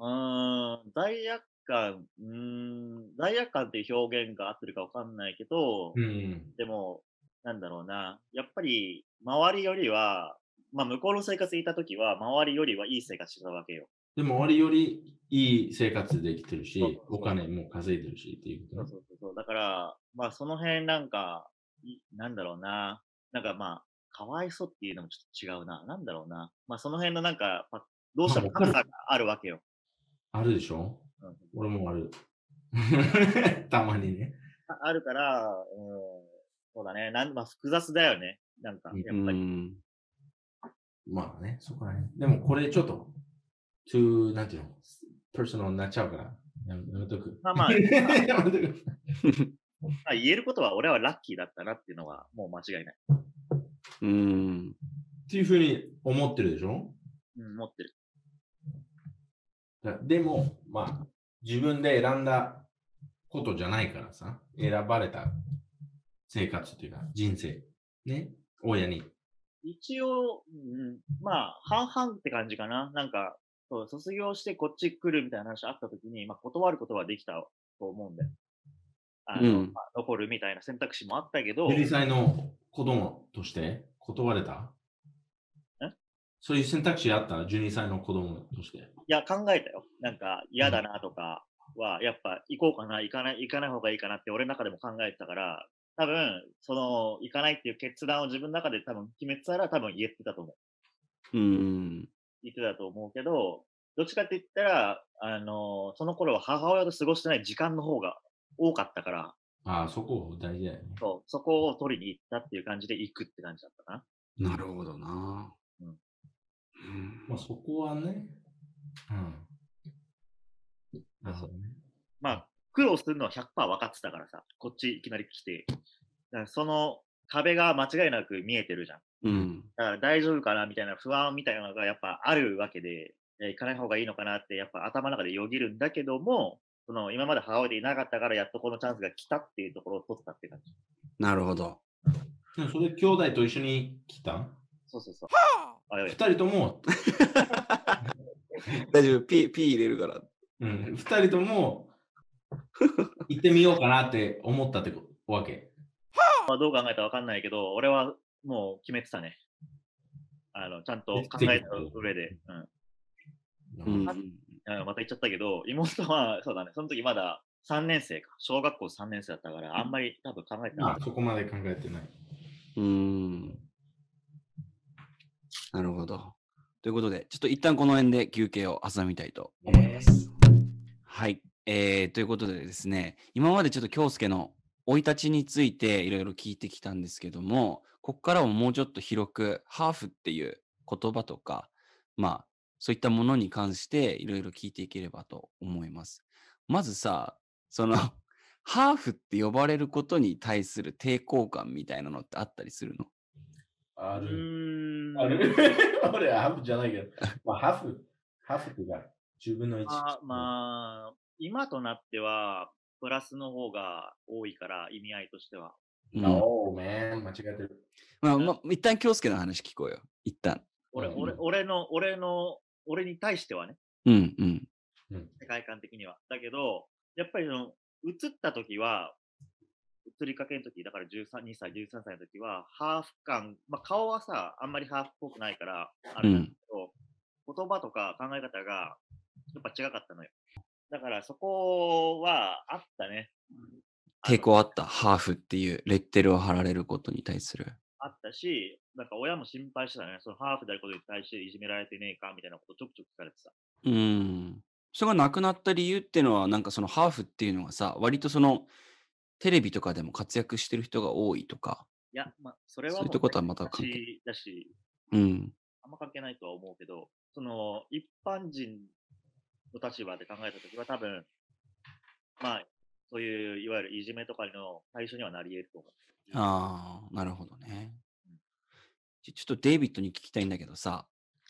うーん、罪悪感、うーん、罪悪感っていう表現が合ってるかわかんないけど、うん。でも、なんだろうな。やっぱり、周りよりは、まあ、向こうの生活にいたときは、周りよりはいい生活してたわけよ。でも、俺よりいい生活できてるそうしそ、うそうお金も稼いでるしっていうそこうとね。そうそうそう。だから、まあその辺なんか、いなんだろうな。なんかまあ、かわいそうっていうのもちょっと違うな。なんだろうな。まあその辺のなんか、まあどうしてもまあ格わ差かがあるわけよ。あるでしょうん俺もある。 たまにね。ああるから、うん、そうだね。なんまあ複雑だよね。なんか、やうっぱり。ん。まあね、そこら辺。でもこれちょっと、to, なんていうの、パーソナルになっちゃうから、やめやめとく。 まあまあ、まやめとく。あ言えることは俺はラッキーだったなっていうのはもう間違いない。うん。っていうふうに思ってるでしょうん、持ってる。だでも、まあ、自分で選んだことじゃないからさ、選ばれた生活っていうか、人生、ね、親に。一応、うん、まあ、半々って感じかな。なんか、そう卒業してこっち来るみたいな話あった時に、まあ、断ることはできたと思うんだよ。あうの、んまあ残るみたいな選択肢もあったけど、 12歳の子供として断れたえそういう選択肢あった ?12 歳の子供として。いや、考えたよ。なんか、嫌だなとかは、やっぱ、行こうかな、行かない、行かない方がいいかなって、俺の中でも考えてたから、多分、その、行かないっていう決断を自分の中で多分決めてたら、多分言えてたと思う。うん。言ってたと思うけど、どっちかって言ったら、あの、その頃は母親と過ごしてない時間の方が多かったから、ああ、そこ大事だよね。そうそこを取りに行ったっていう感じで行くって感じだったかな。なるほどな。ううんん。まあそこはね。うん。なるほどね。まあ、苦労するのは100%分かってたからさ、こっちいきなり来て、だからその壁が間違いなく見えてるじゃん。うん。だから大丈夫かなみたいな不安みたいなのがやっぱあるわけで、えー行かない方がいいのかなって、やっぱ頭の中でよぎるんだけども、その今まで母親でいなかったから、やっとこのチャンスが来たっていうところを取ったって感じ。なるほど。でもそれ兄弟と一緒に来たそうそうそう。あやば二い人とも、大丈夫。P、P 入れるから。うん、二人とも行ってみようかなって思ったってこわけ。まあ、どう考えたかわかんないけど、俺はもう決めてたね。あの、ちゃんと考えた上で。うん。うん。うんまた言っちゃったけど、妹は、そうだね、その時まだ3年生か、小学校3年生だったから、あんまり多分考えてまなあい。そこまで考えてない。うん。なるほど。ということで、ちょっと一旦この辺で休憩を挟みたいと思います。はい。えーということでですね、今までちょっと京介の生い立ちについていろいろ聞いてきたんですけども、ここからももうちょっと広く、ハーフっていう言葉とか、まあ、そういったものに関していろいろ聞いていければと思います。まずさ、その、ハーフって呼ばれることに対する抵抗感みたいなのってあったりするのあうる。ーん。 ある。俺、ハーフじゃないけど。まあ、ハーフ、ハーフっていうか、10分の1。まあ、まあ、今となっては、プラスの方が多いから、意味合いとしては。うんま No, man. 間違ってる。あ、まあ、一旦京介の話聞こうよ。一旦。俺、うん俺、俺の、俺の、俺に対してはね、うんうん。世界観的には。だけど、やっぱりその、移った時は、移りかけの時、だから13、2歳、13歳の時は、ハーフ感、まあ顔はさ、あんまりハーフっぽくないから、あれなんだけど、言葉とか考え方が、やっぱ違かったのよ。だからそこは、あったね。あの抵抗あった。ハーフっていうレッテルを貼られることに対する。あったし、なんか親も心配してたね。そのハーフであることに対していじめられてねえかみたいなことちょくちょく聞かれてた。うん。それがなくなった理由っていうのは、なんかそのハーフっていうのがさ、割とその、テレビとかでも活躍してる人が多いとか。いや、まあ、それはそういうとことはまた関係係だし、うん。あんま関係ないとは思うけど、その、一般人の立場で考えたときは多分、まあ、そういう、いわゆるいじめとかの対象にはなり得ると思う。ああ、なるほどね。ちょちょっとデイビッドに聞きたいんだけどさ、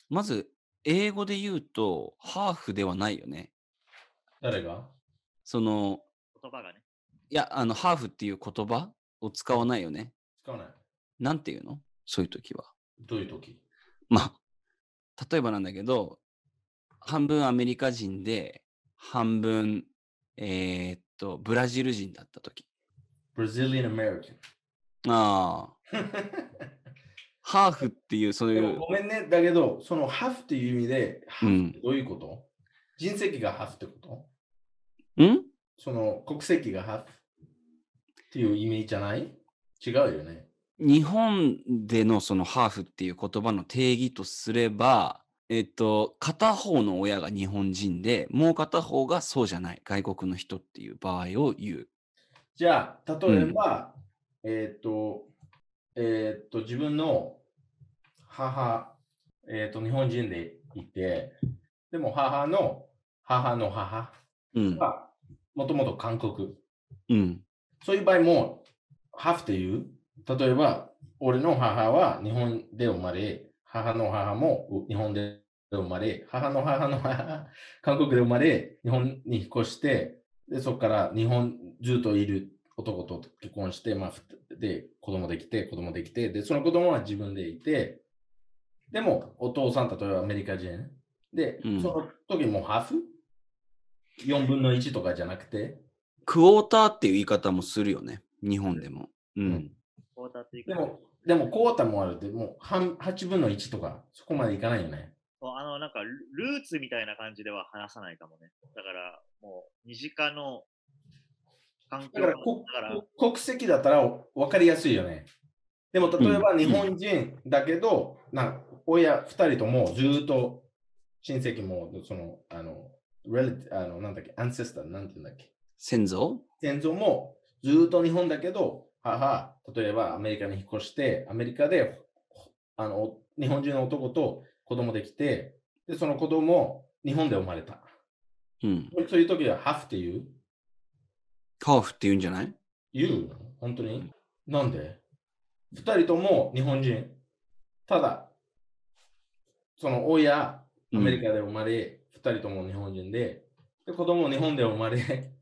まず、英語で言うと、ハーフではないよね。誰がその、言葉がね。いや、あの、ハーフっていう言葉を使わないよね。使わない。なんていうのそういう時は。 どういう時まあ、例えばなんだけど、半分アメリカ人で、半分、えーっと、ブラジル人だった時。 ?Brazilian American。ああ、ハーフっていう、そういでうも、ごめんね。だけど、そのハーフっていう意味で、ハうーフんってどういうこと、人籍がハーフってことんその国籍がハーフっていう意味じゃない違うよね。日本でのそのハーフっていう言葉の定義とすれば、えっと、片方の親が日本人で、もう片方がそうじゃない、外国の人っていう場合を言う。じゃあ、例えば、えーっと、えーっと、自分の母、えーっと、日本人でいて、でも母の母の母うん。がもともと韓国。うん。そういう場合も、ハーフっていう、例えば、俺の母は日本で生まれ、母の母も日本で生まれ、母の母の母、韓国で生まれ、日本に引っ越して、でそこから日本ずっといる男と結婚して、まあ、ふで、子供できて、子供できて、で、その子供は自分でいて、でも、お父さん、例えばアメリカ人。で、うんその時もハーフ ?4 分の1とかじゃなくて。クォーターっていう言い方もするよね、日本でも。うん。こうだっていくでも、でも、コータもあるって、もう半8分の1とか、そこまでいかないよね。そうあの、なんかル、ルーツみたいな感じでは話さないかもね。だから、もう、身近の環境だから、こ国籍だったら分かりやすいよね。でも、例えば日本人だけど、なんか親2人ともずっと親戚も、その、あの、レレあのなんだっけ、アンセスター、なんて言うんだっけ。先祖先祖もずっと日本だけど、母、例えばアメリカに引っ越して、アメリカでほあの日本人の男と子供できて、で、その子供も日本で生まれた。うん。そういう時はハーフって言うハーフって言うんじゃない言うの本当になんで二人とも日本人。ただ、その親、アメリカで生まれ、二、人とも日本人で、で子供も日本で生まれ。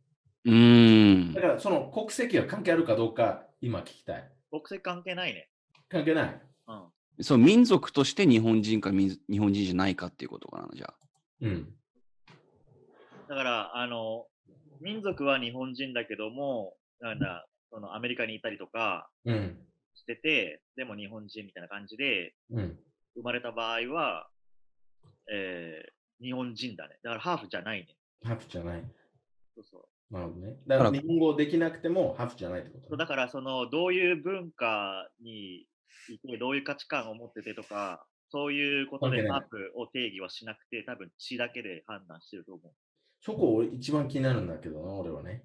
うーんだ。からその国籍が関係あるかどうか今聞きたい。国籍関係ないね。関係ない。うん。そう、民族として日本人か民族日本人じゃないかっていうことかな、じゃあ。うん。だから、あの、民族は日本人だけども、なんだ、そのアメリカにいたりとかうん。してて、でも日本人みたいな感じで、うん。生まれた場合は、えー、日本人だね。だからハーフじゃないね。ハーフじゃない。そうそなるほどね。だからだから日本語できなくてもハーフじゃないってこう。とだね、から、その、どういう文化にいて、どういう価値観を持っててとか、そういうこと関で係なハいーフを定義はしなくて、多分血だけで判断してると思そこ俺一番気になるんだけどな、俺はね。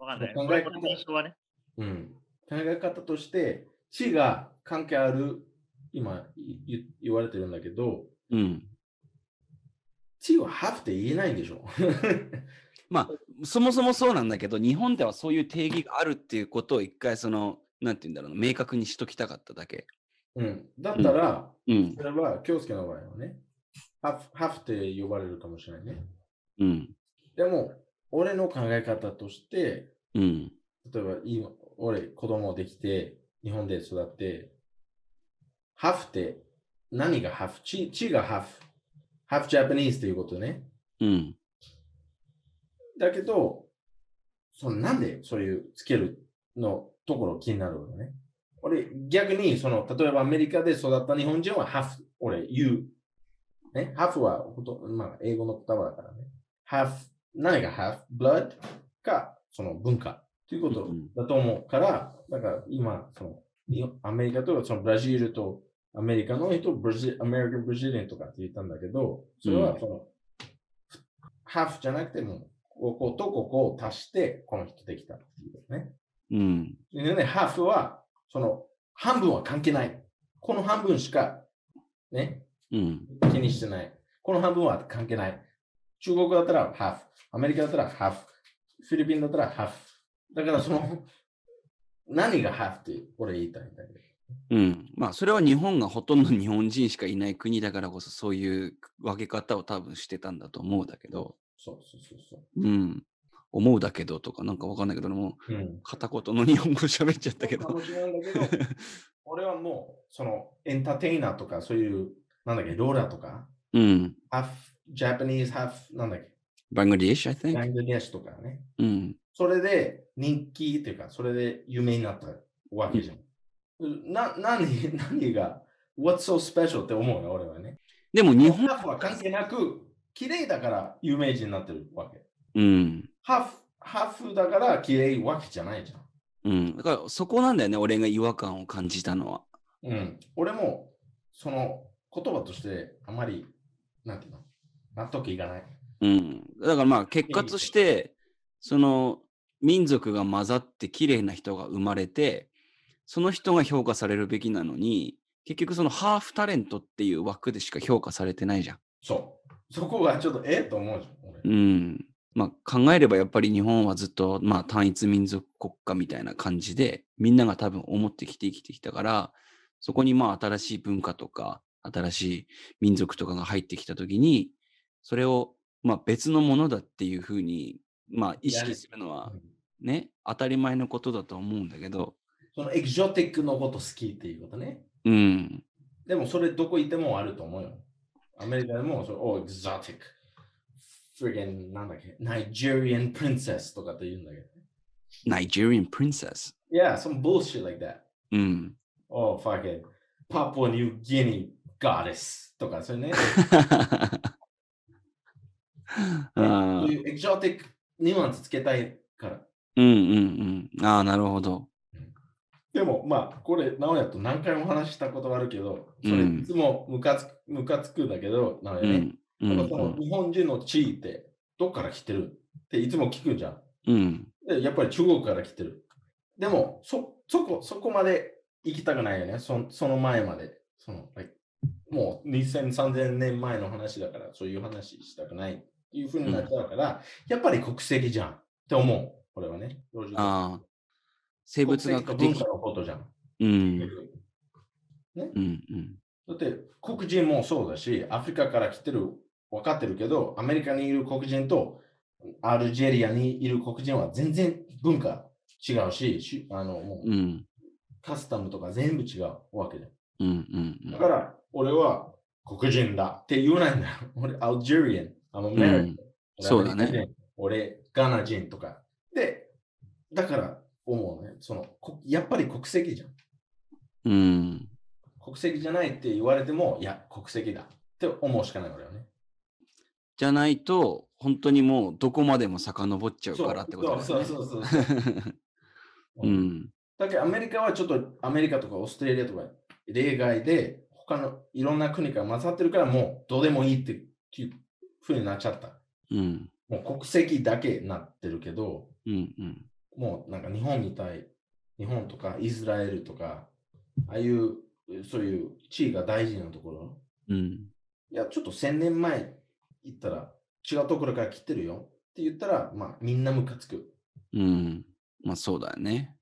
う。わかんない。考え俺の印象はね。うん。考え方として、地が関係ある、今い言言われてるんだけど、うん。地はハーフって言えないんでしょまあ、そもそもそうなんだけど、日本ではそういう定義があるっていうことを一回、その、なんて言うんだろうな、明確にしときたかっただけ。 うん。だったら、うん。それは、京介の場合はね、ハーフ、ハーフって呼ばれるかもしれないね。うん。でも、俺の考え方として、うん。例えば今、俺、子供できて、日本で育って、ハーフって、何がハーフチチがハーフ。ハーフジャパニーズということね。うん。だけど、そのなんでそういうつけるのところ気になるわけね。俺、逆に、その、例えばアメリカで育った日本人はハーフ、俺、言う。ね、ハーフはほと、まあ、英語の言葉だからね。ハーフ、何がハーフ ?blood か、その文化ということうんだと思うから、だから今、その、日本アメリカとか、そのブラジルとアメリカの人、ブラジアメリカン・ブラジリアンとかって言ったんだけど、それうはんその、ハーフじゃなくても、こことここを足して、この人できたっていうことね。うん。でね、ハーフは、その、半分は関係ない。この半分しか、ね、うん。気にしてない。この半分は関係ない。中国だったらハーフ。アメリカだったらハーフ。フィリピンだったらハーフ。だからその、何がハーフって俺言いたいんだけど。うん。まあ、それは日本がほとんど日本人しかいない国だからこそ、そういう分け方を多分してたんだと思うだけど、そうそうそうそうん。思うだけどとか、なんかわかんないけど、もうう。うん。片言の日本語喋っちゃったけそうかど。もしれないんだけど、 俺はもう、その、エンターテイナーとか、そういう、なんだっけ、ローラーとか、うん。ハーフ、ジャパニーズハーフ、なんだっけ、バングラディッシュ、I ラ think. ングディアシとかね。うん。それで人気っていうか、それで有名になったわけじゃん。な、何、何が、what's so special って思うよ、俺はね。でも日本、ハーフは関係なく、綺麗だから有名人になってるわけ。うん。ハーフ、ハーフだから綺麗わけじゃないじゃん。うん。だからそこなんだよね、俺が違和感を感じたのは。うん、俺もその言葉としてあまり、なんていうの、納得いかない。うん。だからまあ、結果として、その民族が混ざって綺麗な人が生まれて、その人が評価されるべきなのに、結局そのハーフタレントっていう枠でしか評価されてないじゃん。そう。そこがちょっとええと思うじゃん、俺。うん。まあ考えればやっぱり日本はずっとまあ単一民族国家みたいな感じでみんなが多分思ってきて生きてきたからそこにまあ新しい文化とか新しい民族とかが入ってきた時にそれをまあ別のものだっていうふうにまあ意識するのはうんね当たり前のことだと思うんだけどそのエキゾティックのこと好きっていうことね。うんでもそれどこ行ってもあると思うよ。アメリカでもそれ、おエキゾティック。friggin なんだっけ、Nigerian princess とかって言うんだけど。 Nigerian princess Yeah, some bullshit like that. うん Oh, fucking Papua New Guinea goddess とか、それね。 あーそういうエキゾティックニュアンスつけたいから。うんうんうんああなるほどでもまあ、これ、直哉と何回も話したことがあるけど、それうんいつもムカつく、ムカつくんだけど、直哉ね。うやっんぱその日本人の地位ってどっから来てるっていつも聞くじゃん。うんうんでやっぱり中国から来てる。でも、そ、そこ、そこまで行きたくないよね。そその前まで。その、はい、もう2000、3000年前の話だから、そういう話したくないっていうふうになっちゃうから、やっぱり国籍じゃんって思う。これはね。同時にああ、生物学国籍的と文。化のことじゃん。うん、うん、うん。だって、黒人もそうだし、アフリカから来てる、分かってるけど、アメリカにいる黒人と、アルジェリアにいる黒人は全然文化違うし、しあの、もううん、カスタムとか全部違うわけじゃん。うん、うん。だから、俺は黒人だって言わないんだよ。 俺、アルジェリアン、アメリうカんそうだね。俺、ガナ人とか。で、だから思うね。その、こやっぱり国籍じゃん。うん。国籍じゃないって言われても、いや、国籍だって思うしかない俺はね。じゃないと、本当にもうどこまでも遡っちゃうそうからってことですそうね。そうそうそう。うん、だけどアメリカはちょっとアメリカとかオーストラリアとか例外で他のいろんな国が混ざってるからもうどうでもいいっていうふうになっちゃった。うん、もう国籍だけなってるけど、うん、うん。もうなんか日本みたい、日本とかイスラエルとか、ああいうそういう地位が大事なところ、うん、いやちょっと1000年前行ったら違うところから来てるよって言ったら、まあ、みんなムカつく。うん。まあそうだよね。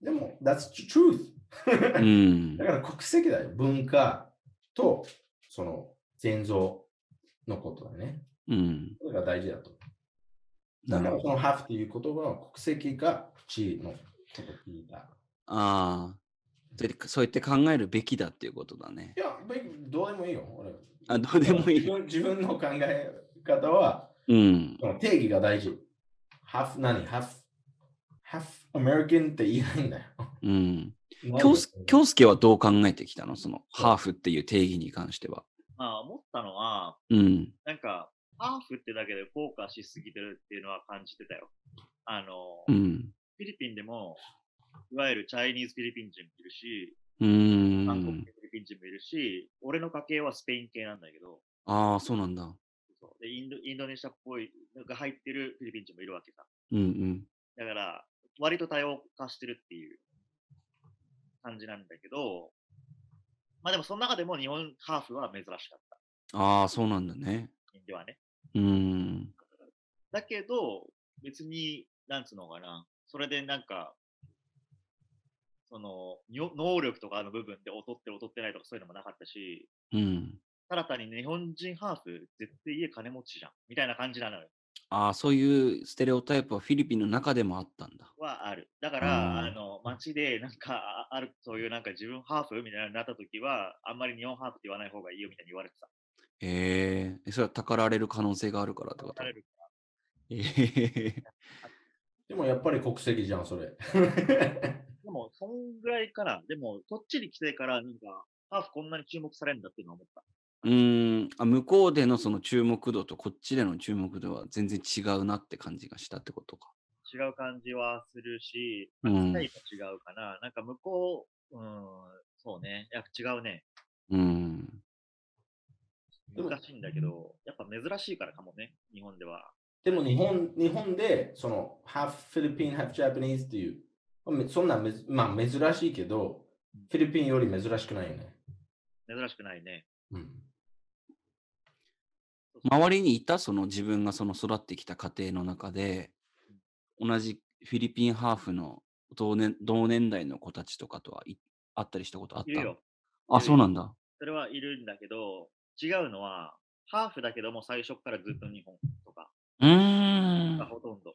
でも、that's the truth. うんだ。から国籍だよ。文化と、その、全像のことだね。うん。それが大事だと。なだかるらほど。その have っていう言葉は国籍が地位のことだ。ああ。でそうやって考えるべきだっていうことだねい。や、べどうでもいいよ。俺あ、どうでもい自い。分自分の考え方は、うん。その定義が大事。half 何 ?half, half American って言えないんだよ。うん。京介京介はどう考えてきたのそのハーフっていう定義に関しては。まあ、思ったのは、うん。なんか、ハーフってだけでフォーカスしすぎてるっていうのは感じてたよ。あの、うん。フィリピンでも、いわゆるチャイニーズフィリピン人もいるし、う韓国ん系。フィリピン人もいるし、俺の家系はスペイン系なんだけど、ああ、そうなんだ。そうでインドインドネシアっぽいのが入ってるフィリピン人もいるわけさ。うんうん。だから、割と多様化してるっていう感じなんだけど、まあでもその中でも日本ハーフは珍しかった。ああ、そうなんだね。ではね。うん。だけど、別に、なんつうのかな、それでなんか、その、にょ能力とかの部分で劣ってる劣ってないとかそういうのもなかったし、うん。ただ単に日本人ハーフ、絶対家金持ちじゃん、みたいな感じなのよ。ああ、そういうステレオタイプはフィリピンの中でもあったんだ。はある。だかうんら、あの、街で、なんか、あある、そういうなんか自分ハーフみたいなのになった時は、あんまり日本ハーフって言わない方がいいよみたいに言われてた。ええそれはたかられる可能性があるからってことされるええでもやっぱり国籍じゃん、それ。でも、そんぐらいから、でも、こっちに来てから、なんか、ハーフこんなに注目されるんだっていうのは思った。うーんあ向こうでのその注目度とこっちでの注目度は全然違うなって感じがしたってことか。違う感じはするし、うまあ、んスタイルも違うかな。なんか向こう、うん、そうね。いや、違うね。うん。でも難しいんだけど、やっぱ珍しいからかもね、日本では。でも日本日本で、その、half Philippine, half Japanese っていう、そんなめず、まあ珍しいけど、フィリピンより珍しくないよね。珍しくないね。うん。周りにいたその自分がその育ってきた家庭の中で同じフィリピンハーフの同年同年代の子たちとかとはいあったりしたことあっいるたよ。あ、そうなんだ。それはいるんだけど、違うのは、ハーフだけども最初からずっと日本とかうーんが。ほとんど、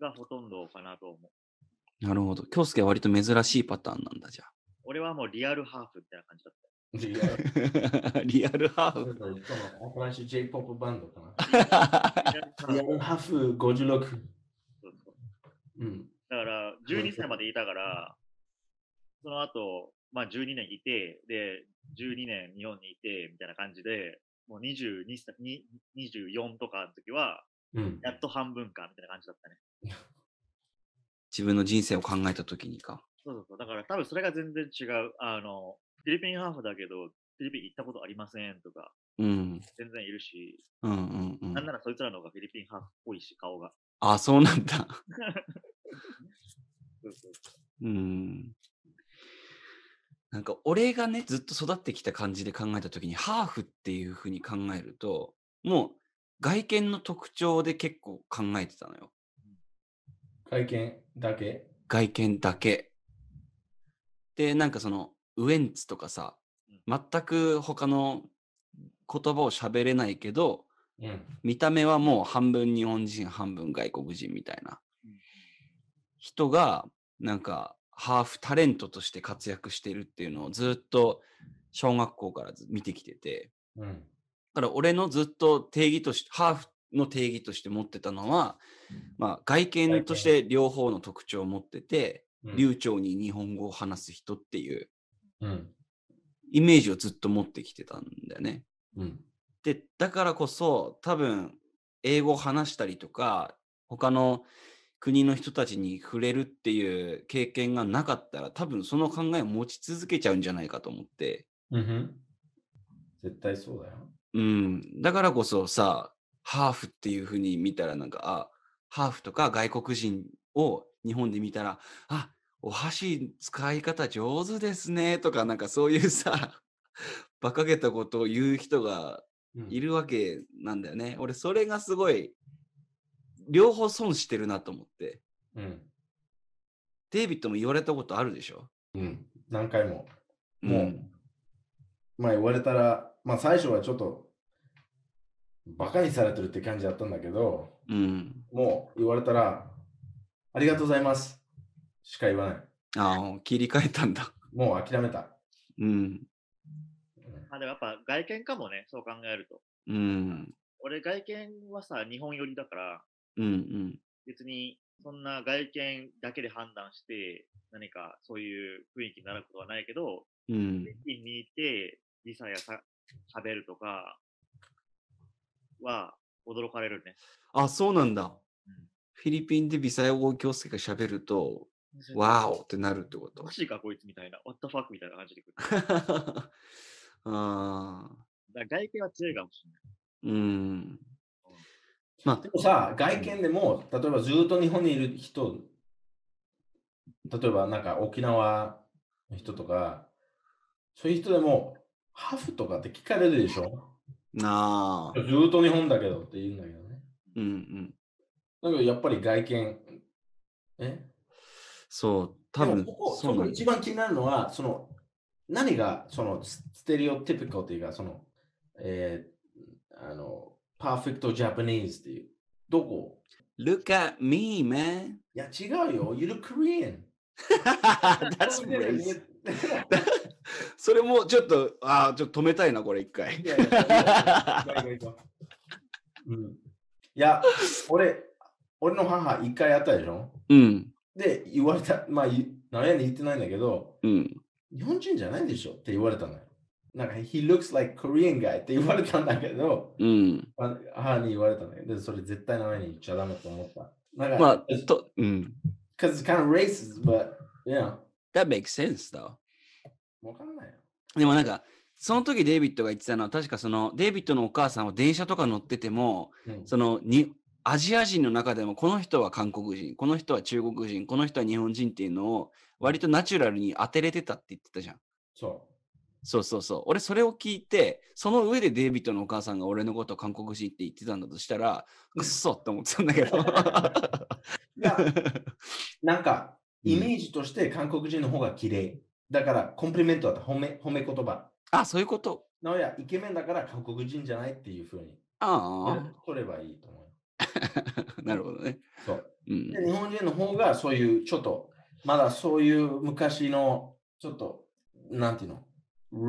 がほとんどかなと思う。なるほど。京介は割と珍しいパターンなんだじゃ俺はもうリアルハーフみたいな感じだあ。っ 違う。リアルハそーフ。の新しい J-POP バンドかな。た。リアルハーフリアルハーフ56。 そうそううん。だから、12歳までいたから、その後、まあ12年いて、で、12年日本にいて、みたいな感じで、もう22歳、に24とかの時は、うん。やっと半分か、みたいな感じだったね。 自分の人生を考えた時にか。そうそうそう。だから多分それが全然違う。あの、フィリピンハーフだけど、フィリピン行ったことありませんとか、うん。全然いるし、うんうんうなんん。ならそいつらの方がフィリピンハーフっぽいし、顔が。あ、そうなんだ。そうそううん。なんか俺がねずっと育ってきた感じで考えた時にハーフっていうふうに考えるともう外見の特徴で結構考えてたのよ会見だけ外見だけでなんかそのウエンツとかさ全く他の言葉を喋れないけどうん。見た目はもう半分日本人半分外国人みたいなうん人がなんかハーフタレントとして活躍してるっていうのをずっと小学校からず見てきててうん。だから俺のずっと定義としてハーフの定義として持ってたのは、まあ、外見として両方の特徴を持ってて流暢に日本語を話す人っていううん。イメージをずっと持ってきてたんだよね。うん。で、だからこそ、多分、英語を話したりとか、他の国の人たちに触れるっていう経験がなかったら、多分その考えを持ち続けちゃうんじゃないかと思って。うん。絶対そうだよ。うん。だからこそさ、ハーフっていう風に見たら、なんか、あ、ハーフとか外国人を日本で見たら、あ、お箸使い方上手ですね、とか、なんかそういうさ、馬鹿げたことを言う人がうんいるわけなんだよね。俺、それがすごい両方損してるなと思って。うん。デイビッドも言われたことあるでしょうん。何回も。うもんう、まあ言われたら、まあ最初はちょっと、バカにされてるって感じだったんだけど、うん。もう言われたら、ありがとうございますしか言わない。ああ、切り替えたんだ。 もう諦めた。うん。まあでもやっぱ外見かもね、そう考えると。うん。俺外見はさ、日本寄りだから、うん。うん。別にそんな外見だけで判断して、何かそういう雰囲気になることはないけど、うん北。京にいて、時差やさ喋るとかは驚かれるね。あ、そうなんだうん。フィリピンでビサヤゴ京介が喋ると、わーおってなるってこおと か。しいか、こいつみたいな。what the fuck みたいな感じで来る。ああ。だから外見は強いかもしれない。うん。までもさ、外見でも、例えばずっと日本にいる人、例えばなんか沖縄の人とか、そういう人でも、ハーフとかって聞かれるでしょあ、なあず。っと日本だけどって言うんだけどね。うんうん。だけどやっぱり外見、えそう、多で分もここそうそなこん一だ。番気になるのは、その何がそのスステレオティピカルというか、その、えー、あの、パーフェクトジャパニーズっていう。どこ Look at me, man. いや、違うよ。You're Korean. That's そうだよ racist. ねそれもちょっと、ああ、ちょっと止めたいな、これ一回い。やいやいやいやいやいやうんいや、俺、俺の母一回やったでしょうん。で、言われた、まあ、い何やねん言ってないんだけど、うん。日本人じゃないでしょって言われたのよ。なんか、he looks like Korean guy って言われたんだけど、うん。まあ母に言われたのよ。で、それ絶対名前に言っちゃダメと思った。なんまか、あ、と、うん。 because it's kind of racist, but, yeah, That makes sense, though. わかんないよ。でもなんか、その時デイビッドが言ってたのは、確かその、デイビッドのお母さんは電車とか乗ってても、うんそのにアジア人の中でもこの人は韓国人この人は中国人この人は日本人っていうのを割とナチュラルに当てれてたって言ってたじゃんそそうそうそう俺それを聞いてその上でデイビッドのお母さんが俺のことを韓国人って言ってたんだとしたらくっそって思ってたんだけど う。いや、なんか、イメージとして韓国人の方が綺麗。だから、コンプリメントだった。褒め、褒め言葉。あそういうことなおや、イケメンだから韓国人じゃないっていうふうにあ取ればいいと思あなるほどねう。そう。うんで、日本人の方がそういう、ちょっと、まだそういう昔の、ちょっと、なんていうの、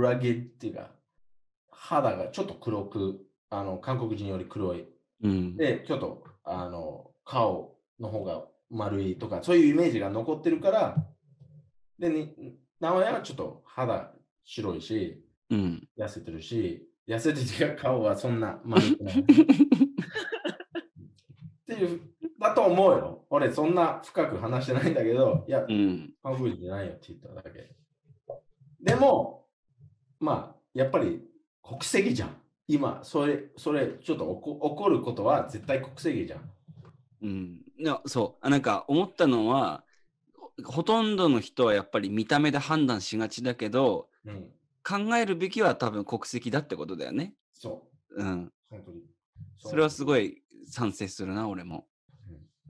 ラゲッっていうか、肌がちょっと黒く、あの、韓国人より黒い。うんで、ちょっと、あの、顔の方が丸いとか、そういうイメージが残ってるから、で、に名前はちょっと肌白いし、うん痩せてるし、痩せてる顔はそんな丸くない。っていう、だと思うよ。俺、そんな深く話してないんだけど、いやう、ん韓国人じゃないよって言っただけ。でも、まあ、やっぱり国籍じゃん。今、それ、それ、ちょっとおこ怒ることは絶対国籍じゃん。うんいやそうあなんか思ったのはほほとんどの人はやっぱり見た目で判断しがちだけどうん、考えるべきは多分国籍だってことだよね。そうん。う、本当に。それはすごい。い賛成するな、俺も。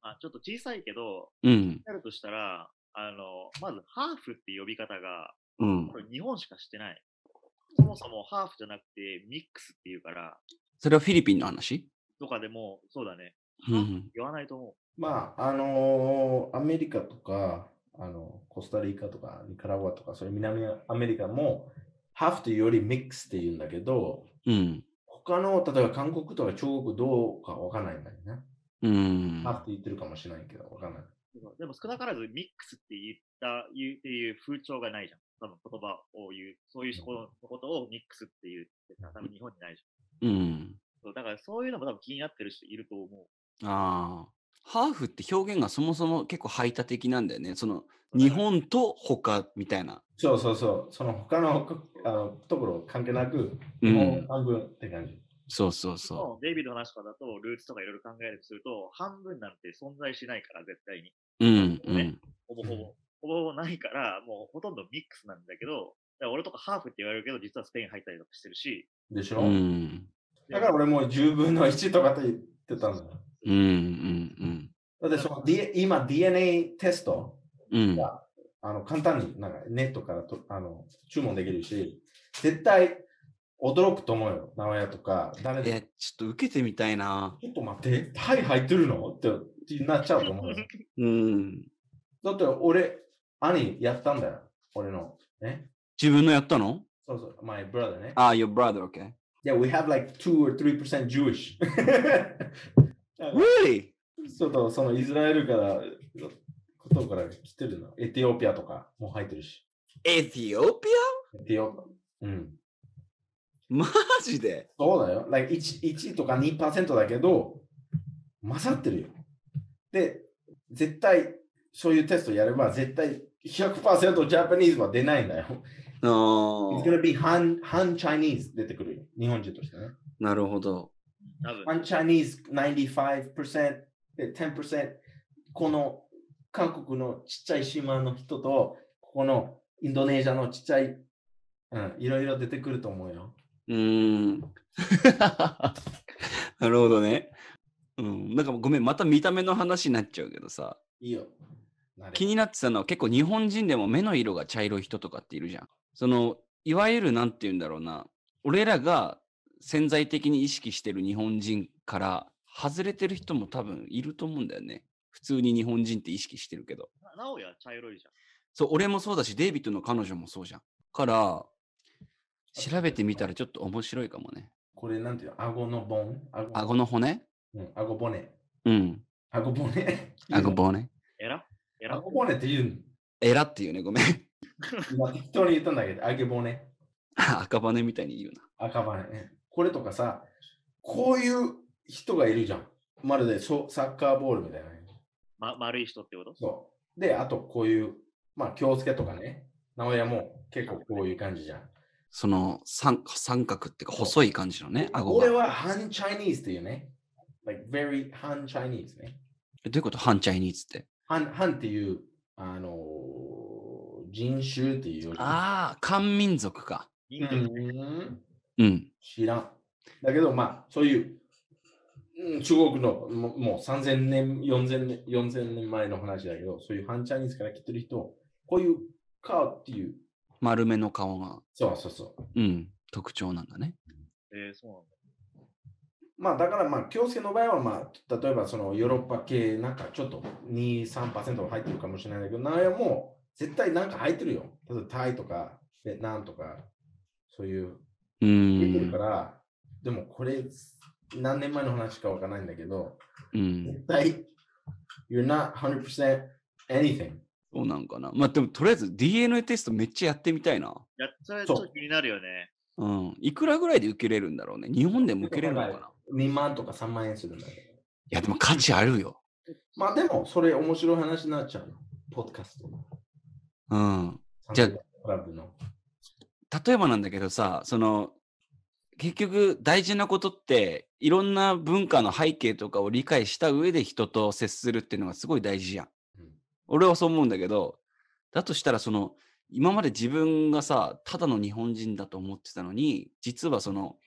あちょっと小さいけど、うん。やるとしたら、あの、まずハーフっていう呼び方が、うんこ。れ日本しかしてない。そもそもハーフじゃなくてミックスっていうから、それはフィリピンの話とかでも、そうだね。うん。言わないと思まあ、あのーアメリカとか、あの、コスタリカとか、ニカラグアとか、そういう南アメリカも、ハーフというよりミックスって言うんだけど、うん。他の、例えば韓国とか中国どうかわかんないんだよね。うんハ。ーフって言ってるかもしれないけど、わかんない。う。でもでも少なからずミックスって言った、言うっていう風潮がないじゃん。多分言葉を言う、そういうことのことをミックスって言うってさ、多分日本にないじうん。ゃん。そうだからそういうのも多分気になってる人いると思う。ああ。ハーフって表現がそもそも結構排他的なんだよね。その、日本と他みたいな。そうそうそう、その他のあのところ関係なく、う。もうん半分って感じ。そうそうそもうデイビッドの話とかだと、ルーツとかいろいろ考えるとすると、半分なんて存在しないから、絶対に。う。うん。うん。ほぼほぼ。ほぼほぼないから、もうほとんどミックスなんだけど、だから俺とかハーフって言われるけど、実はスペイン入ったりとかしてるし、でしうょ、ん。だから俺もう10分の1とかって言ってたんだよ。うんうんだってその、D、今 DNA テストうん。うん。が、あの簡単になんかネットからとあの注文できるし、絶対驚くと思うよ。名古屋とか、誰でもえ、ちょっと受けてみたいな。ちょっと待って、タイ入ってるのってってなっちゃうと思う よ。うん。だって俺、兄やったんだよ。俺の。ね。自分のやったのそうそう、my brother ね。あ、your brother, okay. Yeah, we have like 2 or 3% Jewish. なんか Really? ちょっとそのイスラエルから、ことから来てるの。エテオピアとかも入ってるし。 Ethiopia? エテオうん。マジでそうだよ。like 1, 1とか2%だけど、勝ってるよ。で、絶対、そういうテストやれば、絶対100%ジャパニーズは出ないんだよ。あー It's gonna be 半、半チャイニーズ出てくるよ。日本人としてね。なるほど。多分、半チャイニーズ95%で10%。この韓国のちっちゃい島の人と、ここのインドネシアのちっちゃい、うん、いろいろ出てくると思うよ。うーん。なるほどね。うん、なんかごめん、また見た目の話になっちゃうけどさ、いいよ。なれ気になってたのは結構日本人でも目の色が茶色い人とかっているじゃん。その、いわゆるなんて言うんだろうな、俺らが潜在的に意識してる日本人から外れてる人も多分いると思うんだよね。普通に日本人って意識してるけど。ななおや茶色いじゃん。そう、俺もそうだし、デイビッドの彼女もそうじゃん。から、調べてみたらちょっと面白いかもね。これなんていうの顎の盆顎顎の骨うん、顎骨。うん。顎骨。顎骨。えら えら顎骨って言うえらっていうね、ごめん。 の。今適当に言ったんだけど、あげ骨。赤羽みたいに言うな。赤羽ね。これとかさ、こういう人がいるじゃん。まるでそうサッカーボールみたいなね。ま、丸い人ってことそう。で、あとこういう、まあ、京介とかね。名古屋も結構こういう感じじゃん。その三三角っていうか細い感じのね、顎俺が。は反チャイニーズっていうね。like very 反チャイニーズね。えどういうこと反チャイニーズって。反反っていう、あのー人種っていうより。ああ、漢民族か。人う間ん。うん。知らん。だけど、まあ、そういう、うん中国のももう3000年、4000年、4000年前の話だけど、そういうハンチャイニーズから来てる人、こういう顔っていう、丸めの顔が、そうそうそう。うん、特徴なんだね。えー、そうなんだ。まあ、だから、まあ、京介の場合は、まあ、例えば、そのヨーロッパ系、なんかちょっと2、3%は入ってるかもしれないんだけど、名古屋も絶対なんか入ってるよ。例えば、タイとか、ベトナムとか、そういうう出てーるかん。ら、でもこれ、何年前の話かわからないんだけど、うん。 絶対、you're not 100% anything. そうなんかな。まあでもとりあえず DNA テストめっちゃやってみたいな。やっちゃうそうと気になるよね。うん。いくらぐらいで受けれるんだろうね。日本でも受けれるのかな。い2万とか3万円するんだけど。や、でも価値あるよ。まあでも、それ面白い話になっちゃうの。ポッドキャストの。うん。じゃあサンタクラブの。例えばなんだけどさその結局大事なことっていろんな文化の背景とかを理解した上で人と接するっていうのがすごい大事やん。うん俺はそう思うんだけどだとしたらその今まで自分がさただの日本人だと思ってたのに実はその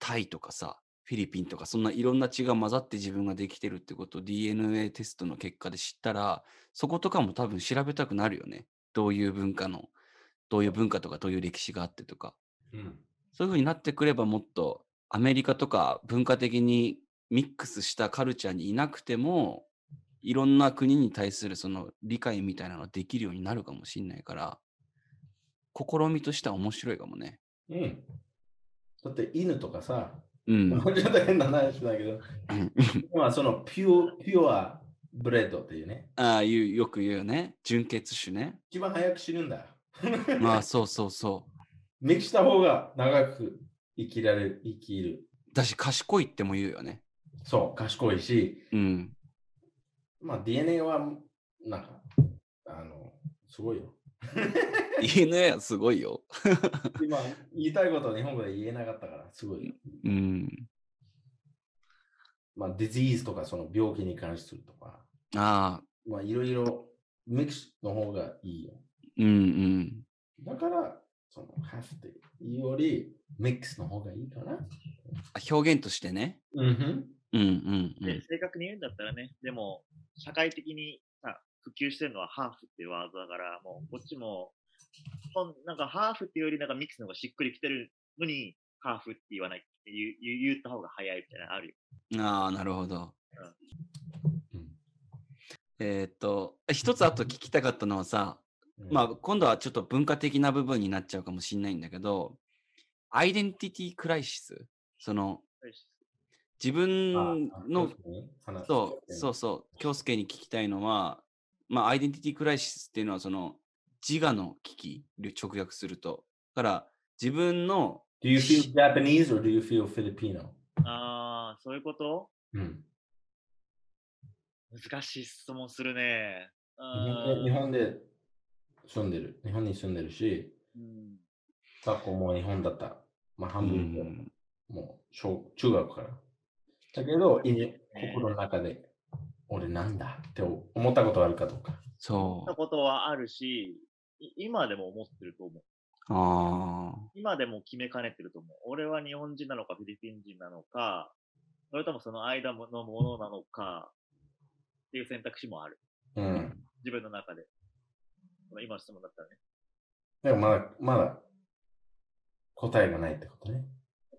タイとかさフィリピンとかそんないろんな血が混ざって自分ができてるってことを DNA テストの結果で知ったらそことかも多分調べたくなるよね。どういう文化のどういう文化とかどういう歴史があってとかうんそういう風になってくればもっとアメリカとか文化的にミックスしたカルチャーにいなくてもいろんな国に対するその理解みたいなのができるようになるかもしれないから試みとしては面白いかもね。うん。だって、犬とかさ、うん。 もうちょっと変な話だけど、まあそのピュピュアブレッドっていうね、ああいうよく言うよね。純血種ね。一番早く死ぬんだよ。まあそうそうそミキした方が長く生きられる、生きる。う。だし賢いっても言うよね。そう、賢いし、うん。 まあ DNA は、なんか、あの、すごいよ。 DNA はすごいよ。今、言いたいことは日本語で言えなかったから、すごいよ。うん。まあ、ディジーズとか、その病気に関するとか、ああ、まあ、いろいろミックスの方がいいよ。うんうん。だから、その、ハフっていうより、ミックスの方がいいかな。あ表現としてね。うんふん。うんうんうで、ん。正確に言うんだったらね、でも、社会的にさ、普及してるのはハーフっていうワードだから、もう、こっちも、ほんなんかハーフっていうよりなんかミックスの方がしっくりきてるのに、ハーフって言わないって言う言う言った方が早いみたいなのあるよ。ああ、なるほど。えーっと、一つあと聞きたかったのはさ、うんまあ、今度はちょっと文化的な部分になっちゃうかもしれないんだけど、アイデンティティクライシスその、自分の、話そう、そううそう、京介に聞きたいのは、まあ、アイデンティティクライシスっていうのは、その、自我の危機、直訳すると。だから、自分の、 Do you feel Japanese or do you feel Filipino? ああ、そういうことうん、難しい質問するね。日本で日あー本で住んでる。日本に住んでるし、うん学校も日本だった。まあう半分も、ん、もう小中学から。だけど、いい心の中で、俺なんだって思ったことあるかどうか。そ思ったう。ことはあるし、い今でも思ってると思う。ああ、今でも決めかねてると思う。俺は日本人なのかフィリピン人なのか、それともその間のものなのか、っていう選択肢もある。うん。自分の中で。この今の質問だったらね。でもまだ、まだ答えがないってことね。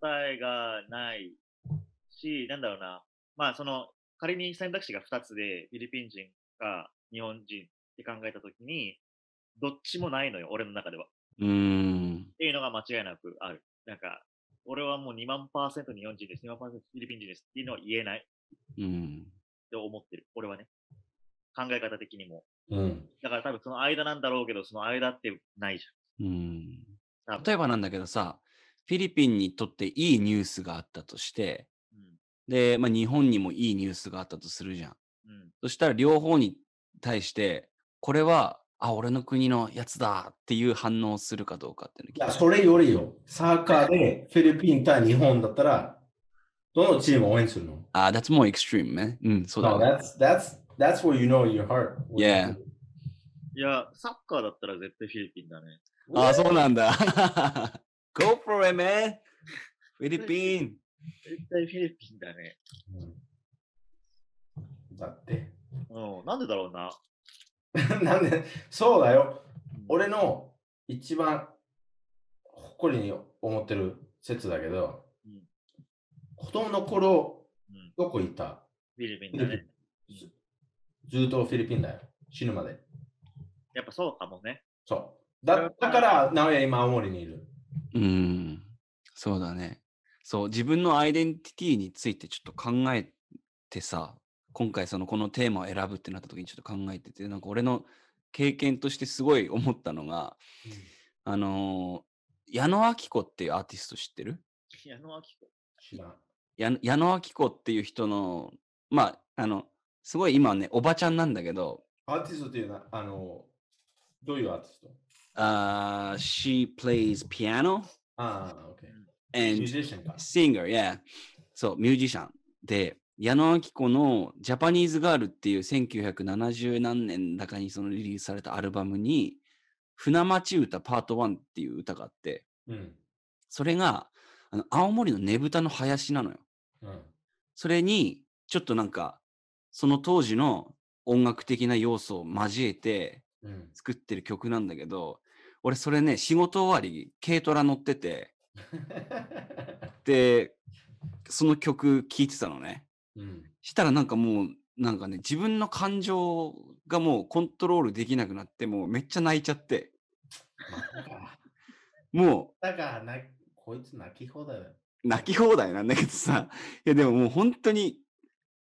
答えがないし、なんだろうな。まあその、仮に選択肢が2つで、フィリピン人か日本人って考えたときに、どっちもないのよ、俺の中では。うーん、っていうのが間違いなくある。なんか、俺はもう2万パーセント日本人です、2万パーセントフィリピン人ですっていうのは言えない。うん、って思ってる。俺はね。考え方的にも。うん。だから多分その間なんだろうけど、その間ってないじうん。ゃん。多分例えばなんだけどさ、フィリピンにとっていいニュースがあったとして、で、まあ、日本にもいいニュースがあったとするじゃん。うん。うん。そしたら両方に対して、これは、あ、俺の国のやつだっていう反応をするかどうかっていういのを聞や、きそれよりよ。サッカーでフィリピン対日本だったら、どのチームを応援するのあ、that's more extreme ね。うん、そうだ No, ね。 that's, that's, that's where you know in your heart. Yeah. いや、サッカーだったら絶対フィリピンだね。あ、そうなんだ。Go for it, man! フィリピン絶対フィリピンだね。うんだって。うん。なんでだろうな。 なんで、そうだよ。俺の一番誇りに思ってる説だけど、うん子供の頃、うん。どこ行ったフィリピンだね。ずずっとフィリピンだよ。死ぬまで。やっぱそうかもね。そう。だだから、なおや今、青森にいる。うん、そうだね。そう、自分のアイデンティティについてちょっと考えてさ、今回そのこのテーマを選ぶってなった時にちょっと考えてて、なんか俺の経験としてすごい思ったのが、あのー矢野顕子っていうアーティスト知ってる矢野明子。知らん。や矢野顕子っていう人の、まあ、あの、すごい今はね、おばちゃんなんだけど、アーティストっていうのは、あの、どういうアーティストあー she plays piano ああ、オッケー。ミュ and ージシャンか。 singer, yeah. そう、ミュージシャン。で、矢野明子のジャパニーズガールっていう1970何年だかにそのリリースされたアルバムに、船町歌パート1っていう歌があって、うん。それが、あの青森のねぶたの林なのよ。うん。それに、ちょっとなんか、その当時の音楽的な要素を交えてうん。作ってる曲なんだけど、俺それね、仕事終わり、軽トラ乗ってて、で、その曲聴いてたのね。うん。したらなんかもうなんかね自分の感情がもうコントロールできなくなってもうめっちゃ泣いちゃってもだからな、こいつ泣き放題だよ。う泣き放題なんだけどさいやでももう本当に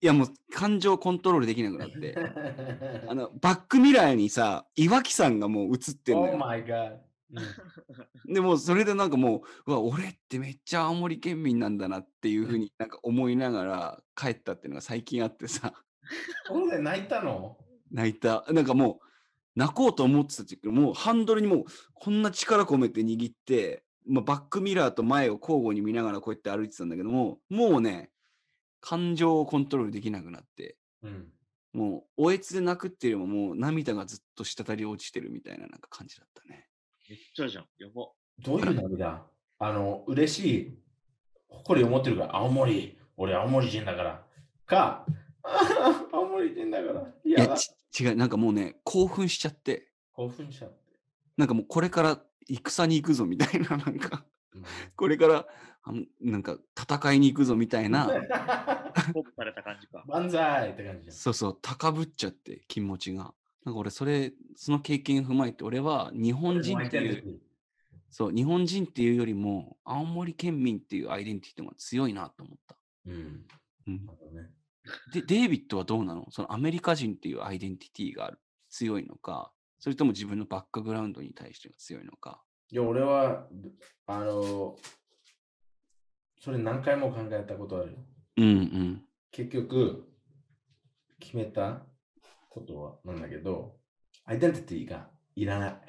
いやもう感情コントロールできなくなってあのバックミラーにさ岩木さんがもう映ってんの Oh よ my god. うんでもうそれでなんかもううわ俺ってめっちゃ青森県民なんだなっていうふうになんか思いながら帰ったっていうのが最近あってさ そこで泣いたの泣いた。なんかもう、泣こうと思ってた時もうハンドルにもう、こんな力込めて握って、まあ、バックミラーと前を交互に見ながらこうやって歩いてたんだけども、もうね、感情をコントロールできなくなって、うん。もう、おえつで泣くっていうよりも、もう涙がずっと滴り落ちてるみたいななんか感じだったね。めっちゃじゃん。やば。どういう涙あの、嬉しい。誇りを持ってるから、青森。俺、青森人だから。か、 ああ、青森人だから、いいやや、ち違う、なんかもうね、興奮しちゃって、興奮しちゃって。なんかもうこれから戦に行くぞみたいな、 なんか、うんこれから、あんなんか戦いに行くぞみたいな、ポップされた感じか。 万歳って感じじそうそう、高ぶっちゃって、気持ちが。なんか俺、それ、その経験踏まえて、俺は日ゃん。本人っていう、そう、日本人っていうよりも、青森県民っていうアイデンティティが強いなと思った。うん。うんまだねで、デイビッドはどうなのそのアメリカ人っていうアイデンティティがある強いのか、それとも自分のバックグラウンドに対してが強いのか。いや、俺は、あの、それ何回も考えたことある。うんうん。結局、決めたことはなんだけど、アイデンティティがいらない。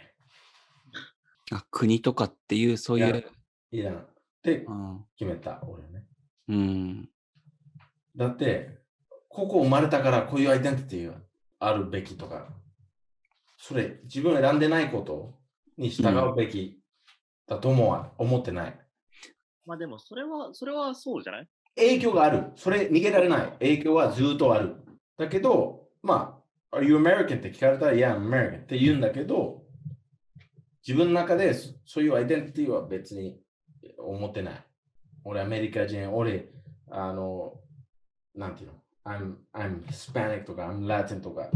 あ国とかっていう、そういいやう。いらない。ってうん。決めた、俺はね。うん。だって、ここ生まれたからこういうアイデンティティがあるべきとか、それ自分選んでないことに従うべきだともは思ってない。まあでも、それは、それはそうじゃない影響がある。それ逃げられない。影響はずっとある。だけど、まあ、Are you American? って聞かれたら、Yeah, I'm American って言うんだけど、自分の中でそそういうアイデンティティは別に思ってない。俺、アメリカ人、俺、あの、なんていうの ?I'm, I'm Hispanic とか、I'm Latin とか、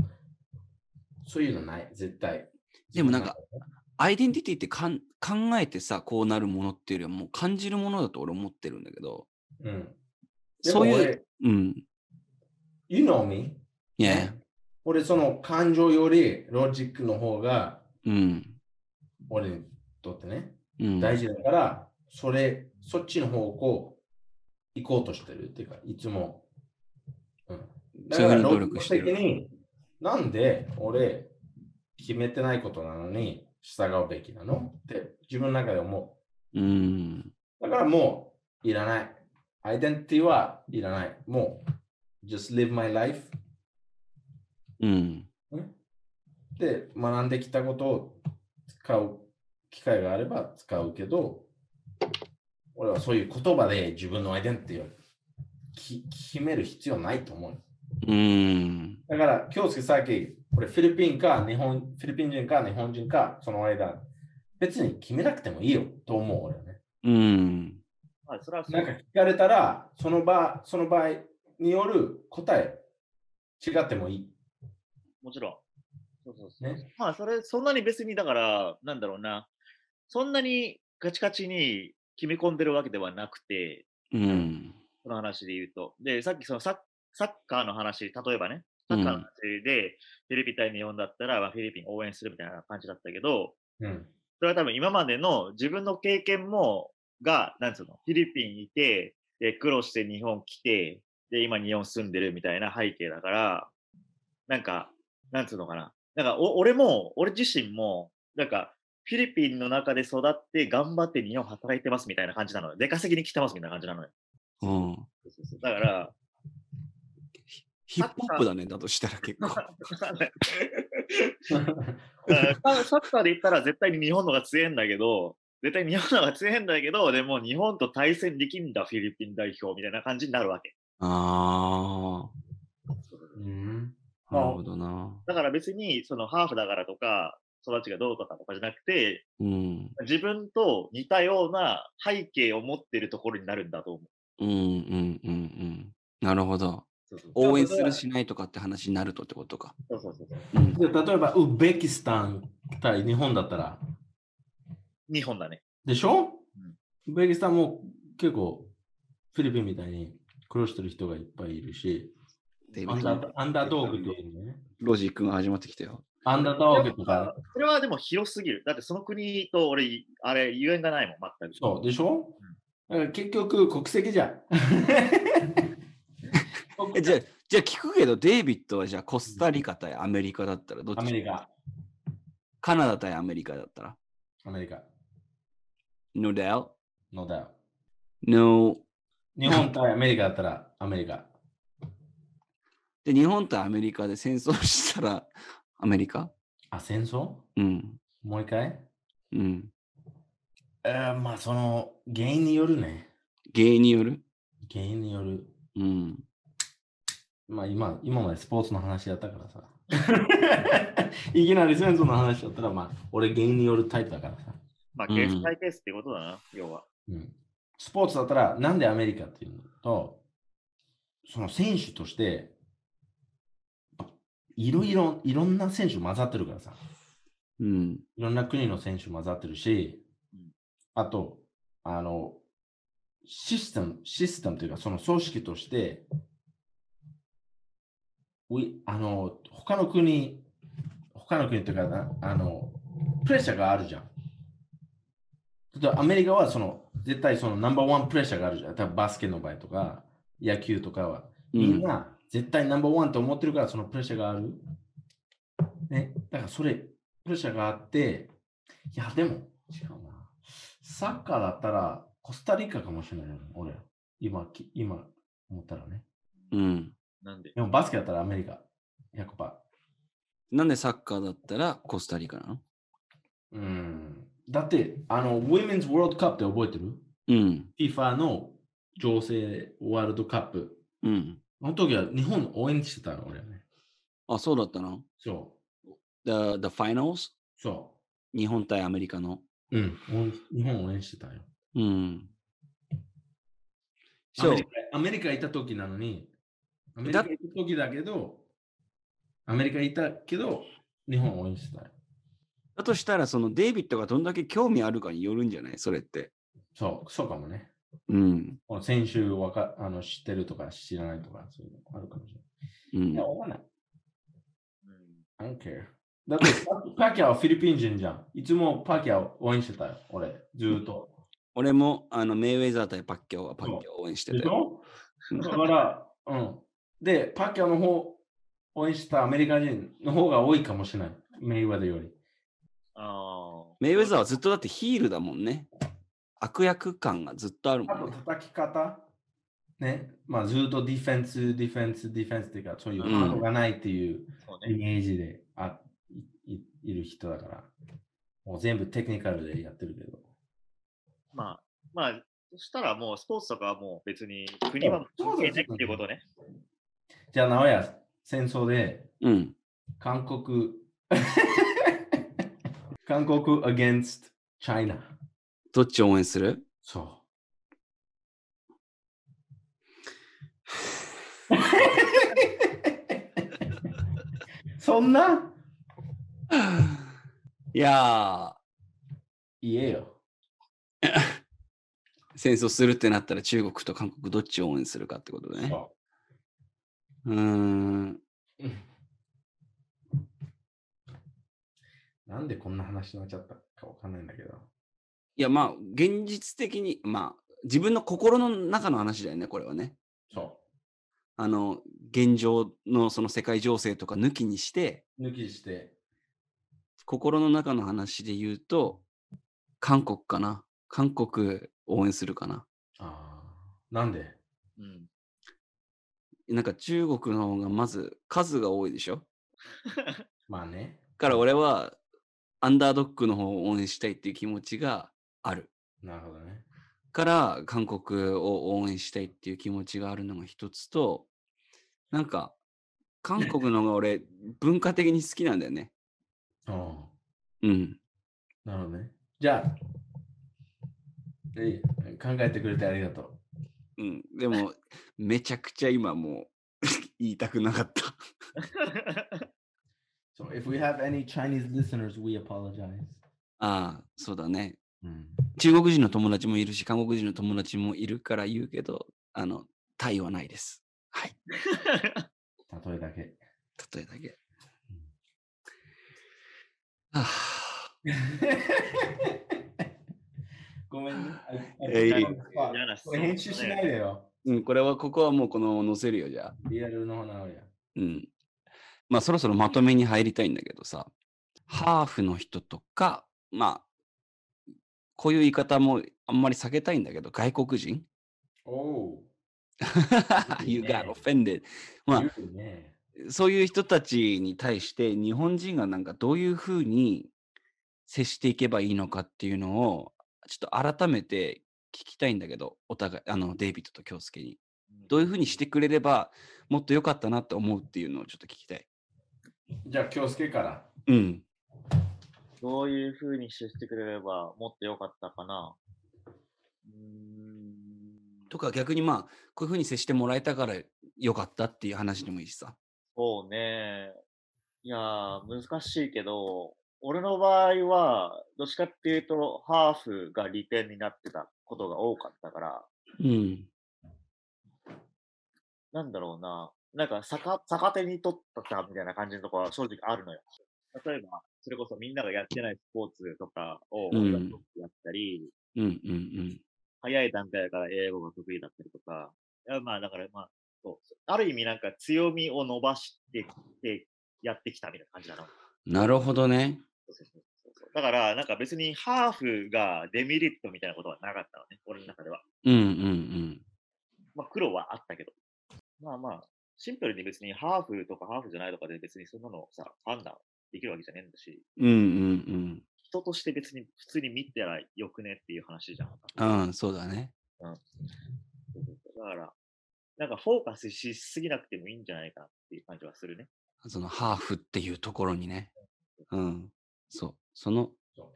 そういうのない、絶対。でもなんか、アイデンティティってかん考えてさ、こうなるものっていうよりはもう感じるものだと俺思ってるんだけど、うん。そうでもいうう俺、ん。 You know me? いや、俺、その感情よりロジックの方がうん。俺にとってね、うん。大事だから、それ、そっちの方向行こうとしてるっていうか、いつも。うん、だそういうふうにロ努力してるロジック的に、なんで俺、決めてないことなのに従うべきなのって自分の中で思うん。う。だからもう、いらない。アイデンティティはいらない。もう、just live my life うん。で学んできたことを使う機会があれば使うけど、俺はそういう言葉で自分のアイデンティティをき決める必要ないと思う。うん。だから、京介さっき、俺フィリピンか日本、フィリピン人か日本人か、その間、別に決めなくてもいいよと思う俺はね。うん。まあ、それはそう。なんか聞かれたら、その場、その場合による答え、違ってもいい。もちろん。そうそうそう。ねまあ、それ、そんなに別に、だから、なんだろうな。そんなにガチガチに決め込んでるわけではなくて、うん。その話で言うと。で、さっきそのサッサッカーの話、例えばね、サッカーの話で、フィリピン対日本だったら、まあフィリピン応援するみたいな感じだったけど、うん。それは多分今までの自分の経験も、が、なんつうの、フィリピンにいて、で、苦労して日本来て、で、今日本住んでるみたいな背景だから、なんか、なんつうのかな。なんかお、俺も、俺自身も、なんか、フィリピンの中で育って頑張って日本働いてますみたいな感じなのよ。出稼ぎに来てますみたいな感じなのよ。うん。そうそうそうだ から、ヒップホップだね、だとしたら結構。だからサッカーで言ったら絶対に日本のが強いんだけど、絶対に日本のが強いんだけど、でも日本と対戦できんだ、フィリピン代表みたいな感じになるわけ。あ うんあ、なるほどな。だから別に、そのハーフだからとか、育ちがどうとかとかじゃなくて、うん。自分と似たような背景を持ってるところになるんだと思う。うんうんうんうん。なるほど。そうそう応援するしないとかって話になるとってことか。そうそうそうそううん、で例えば、ウベキスタン対日本だったら、日本だね。でしょ、ウベキスタンも結構、フィリピンみたいに苦労してる人がいっぱいいるし、デイビアッンドダーアンダードーグっていうのね。ロジックが始まってきたよ。アンダードーグとか、それはでも広すぎる。だってその国と俺、あれ、ゆえんがないもん、全く。そうでしょ、だから結局、国籍じゃ ん。えじゃあ、じゃあ聞くけど、デイビッドはじゃあコスタリカ対アメリカだったらどっちアメリカ。カナダ対アメリカだったらアメリカ。 ?No doubt. のだよ。 No. 日本対アメリカだったら、アメリカ。で、日本とアメリカで戦争したらアメリカあ、戦争うん。もう一回うん。えー、まあ、その、原因によるね。原因による原因による。うん。まあ今、今までスポーツの話やったからさ。 いきなり戦争の話だったら、まあ、俺芸人によるタイプだからさ。まあ、うんケース対ケースってことだな、要は。うんスポーツだったら、なんでアメリカっていうのと、その選手として、いろいろ、いろんな選手混ざってるからさ。うん。いろんな国の選手混ざってるしうん、あと、あの、システム、システムというか、その組織として、ういあの、他の国、他の国というかな、あの、プレッシャーがあるじゃん。例えばアメリカはその、絶対そのナンバーワンプレッシャーがあるじゃん。多分バスケの場合とか、野球とかは。うみんん。な絶対ナンバーワンと思ってるから、そのプレッシャーがある。ね、だからそれ、プレッシャーがあって、いや、でも、違うな。サッカーだったら、コスタリカかもしれないよ、俺。今、き今、思ったらね。うん。なんででも、バスケだったらアメリカ、100%。なんでサッカーだったらコスタリカなのうん。だって、あの、ウィメンズワールドカップって覚えてるうん。 ?FIFA の情勢ワールドカップ。うん。あの時は日本応援してたの、俺はね。あ、そうだったのそ ?The, the Finals? う。そ日本対アメリカの。う。うん。応援日本応援してたよ。うん。ア So, メリカアメリカ行った時なのに、アメリカ行った時だけど、アメリカ行ったけど、日本を応援したい。だとしたら、そのデイビッドがどんだけ興味あるかによるんじゃないそれって。そう、そうかもね。うん。この先週わかあの知ってるとか知らないとか、そういうのあるかもしれうない。いんや、。わかんない。うん。 I don't care. だって、パキャオフィリピン人じゃん。いつもパキャオ応援してたよ、俺。ずーっと。俺も、あの、メイウェザー対パッキャオはパッキャオを応援してでてし。ょだから、うん。で、パキャオの方、応援したアメリカ人の方が多いかもしれない。メイウェザーより。ああ。メイウェザーはずっとだってヒールだもんね。悪役感がずっとあるもあとんね。叩き方、ね、まあずっとディフェンス、ディフェンス、ディフェンスっていうか、そういううんハードがないっていうそうイね。メージであ、いいいる人だから、もう全部テクニカルでやってるけど。まあ、まあ、そしたらもうスポーツとかはもう別に国は関係ないっていうことね。じゃあ、直哉、戦争でうん。韓国、 韓国 against China。どっち応援する そう。そんないや言えよ。ー、戦争するってなったら中国と韓国どっちを応援するかってことね。そうーん。うなんでこんな話になっちゃったかわかんないんだけど。いや、まあ、現実的に、まあ、自分の心の中の話だよね、これはね。そあの、現状のその世界情勢とか抜きにして、う。抜きして。心の中の話で言うと、韓国かな。韓国応援するかな。ああ。なんでうん。なんか中国の方がまず数が多いでしょだまあね。から俺はアンダードックの方を応援したいっていう気持ちがある。なるほどね。から韓国を応援したいっていう気持ちがあるのが一つと、なんか韓国の方が俺文化的に好きなんだよね。うん。うん。なるほどね。じゃあ、えい考えてくれてありがとう。うん。でもめちゃくちゃ今もう 言いたくなかった。 So if we have any Chinese listeners, we apologize. ああ、そうだね。うん。中国人の友達もいるし、韓国人の友達もいるから言うけど、あの、タイはないです。はい。例えだけ。例えだけ。はあ ごめんね。えいこれ編集しないでよ。うん、これは、ここはもうこの載せるよ、じゃあ。リアルの花をや。うん。まあ、そろそろまとめに入りたいんだけどさ、ハーフの人とか、まあ、こういう言い方もあんまり避けたいんだけど、外国人おお。 ?You got offended. まあ言うね。そういう人たちに対して日本人がなんかどういうふうに接していけばいいのかっていうのをちょっと改めて聞きたいんだけどお互いあのデイビッドと京介に。うどういうふうにしてくれればもっと良かったなって思うっていうのをちょっと聞きたい。じゃあ、京介から。うん。どういう風にしてくれればもっと良かったかなうーん。とか逆にまあこういうふうに接してもらえたから良かったっていう話でもいいしさ。そうね。いやー、難しいけど、俺の場合は、どっちかっていうと、ハーフが利点になってたことが多かったから、うん。なんだろうな、なんか逆逆手に取ったみたいな感じのところは正直あるのよ。例えば、それこそみんながやってないスポーツとかをうんやったり、うんうんうん。早い段階から英語が得意だったりとか、いやまあだからまあ、そうある意味なんか強みを伸ばしてきてやってきたみたいな感じなの。なるほどね。そうそうそうそうだから、なんか別にハーフがデメリットみたいなことはなかったのね、俺の中では。うんうんまあ、苦労はあったけど。まあまあ、シンプルに別にハーフとかハーフじゃないとかで別にそんなのさ、判断できるわけじゃねえんだし、うん。うん人として別に普通に見てらよくねっていう話じゃん。うんうん。うん、そうだね。だから、なんかフォーカスしすぎなくてもいいんじゃないかなっていう感じはするね。そのハーフっていうところにね。うん。そう。その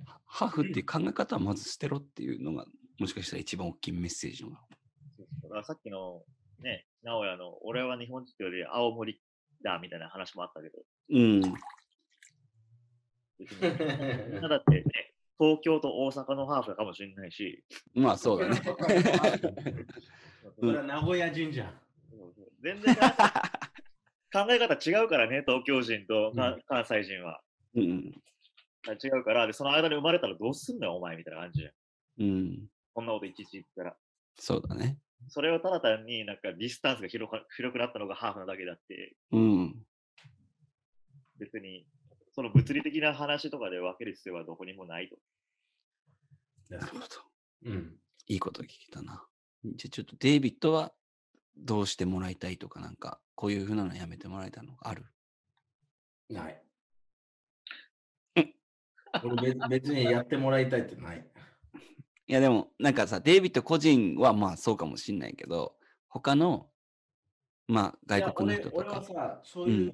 ハハーフっていう考え方はまず捨てろっていうのがもしかしたら一番大きいメッセージのが。そうそうだからさっきのね、直哉の俺は日本人より青森だみたいな話もあったけど、うん。別にみ んなだってね、東京と大阪のハーフかもしれないし、まあそうだ ね。 それは名古屋人じゃん。全然なんか考え方違うからね、東京人とかうん関西人は。うん。違うから、で、その間に生まれたらどうすんのよ、お前みたいな感じじゃん。うん。こんなこといちいち言ったら。そうだね。それをただ単になんかディスタンスが広か広くなったのがハーフなだけだって、うん。別に、その物理的な話とかで分ける必要はどこにもないと。なるほど。 うん。いいこと聞けたな。じゃあちょっとデイビッドはどうしてもらいたいとかなんか、こういうふうなのやめてもらえたのがある。ない。俺別別にやってもらいたいってない。いやでもなんかさ、デイビッド個人はまあそうかもしんないけど、他のまあ外国の人いやと俺か俺。はさ、そういう、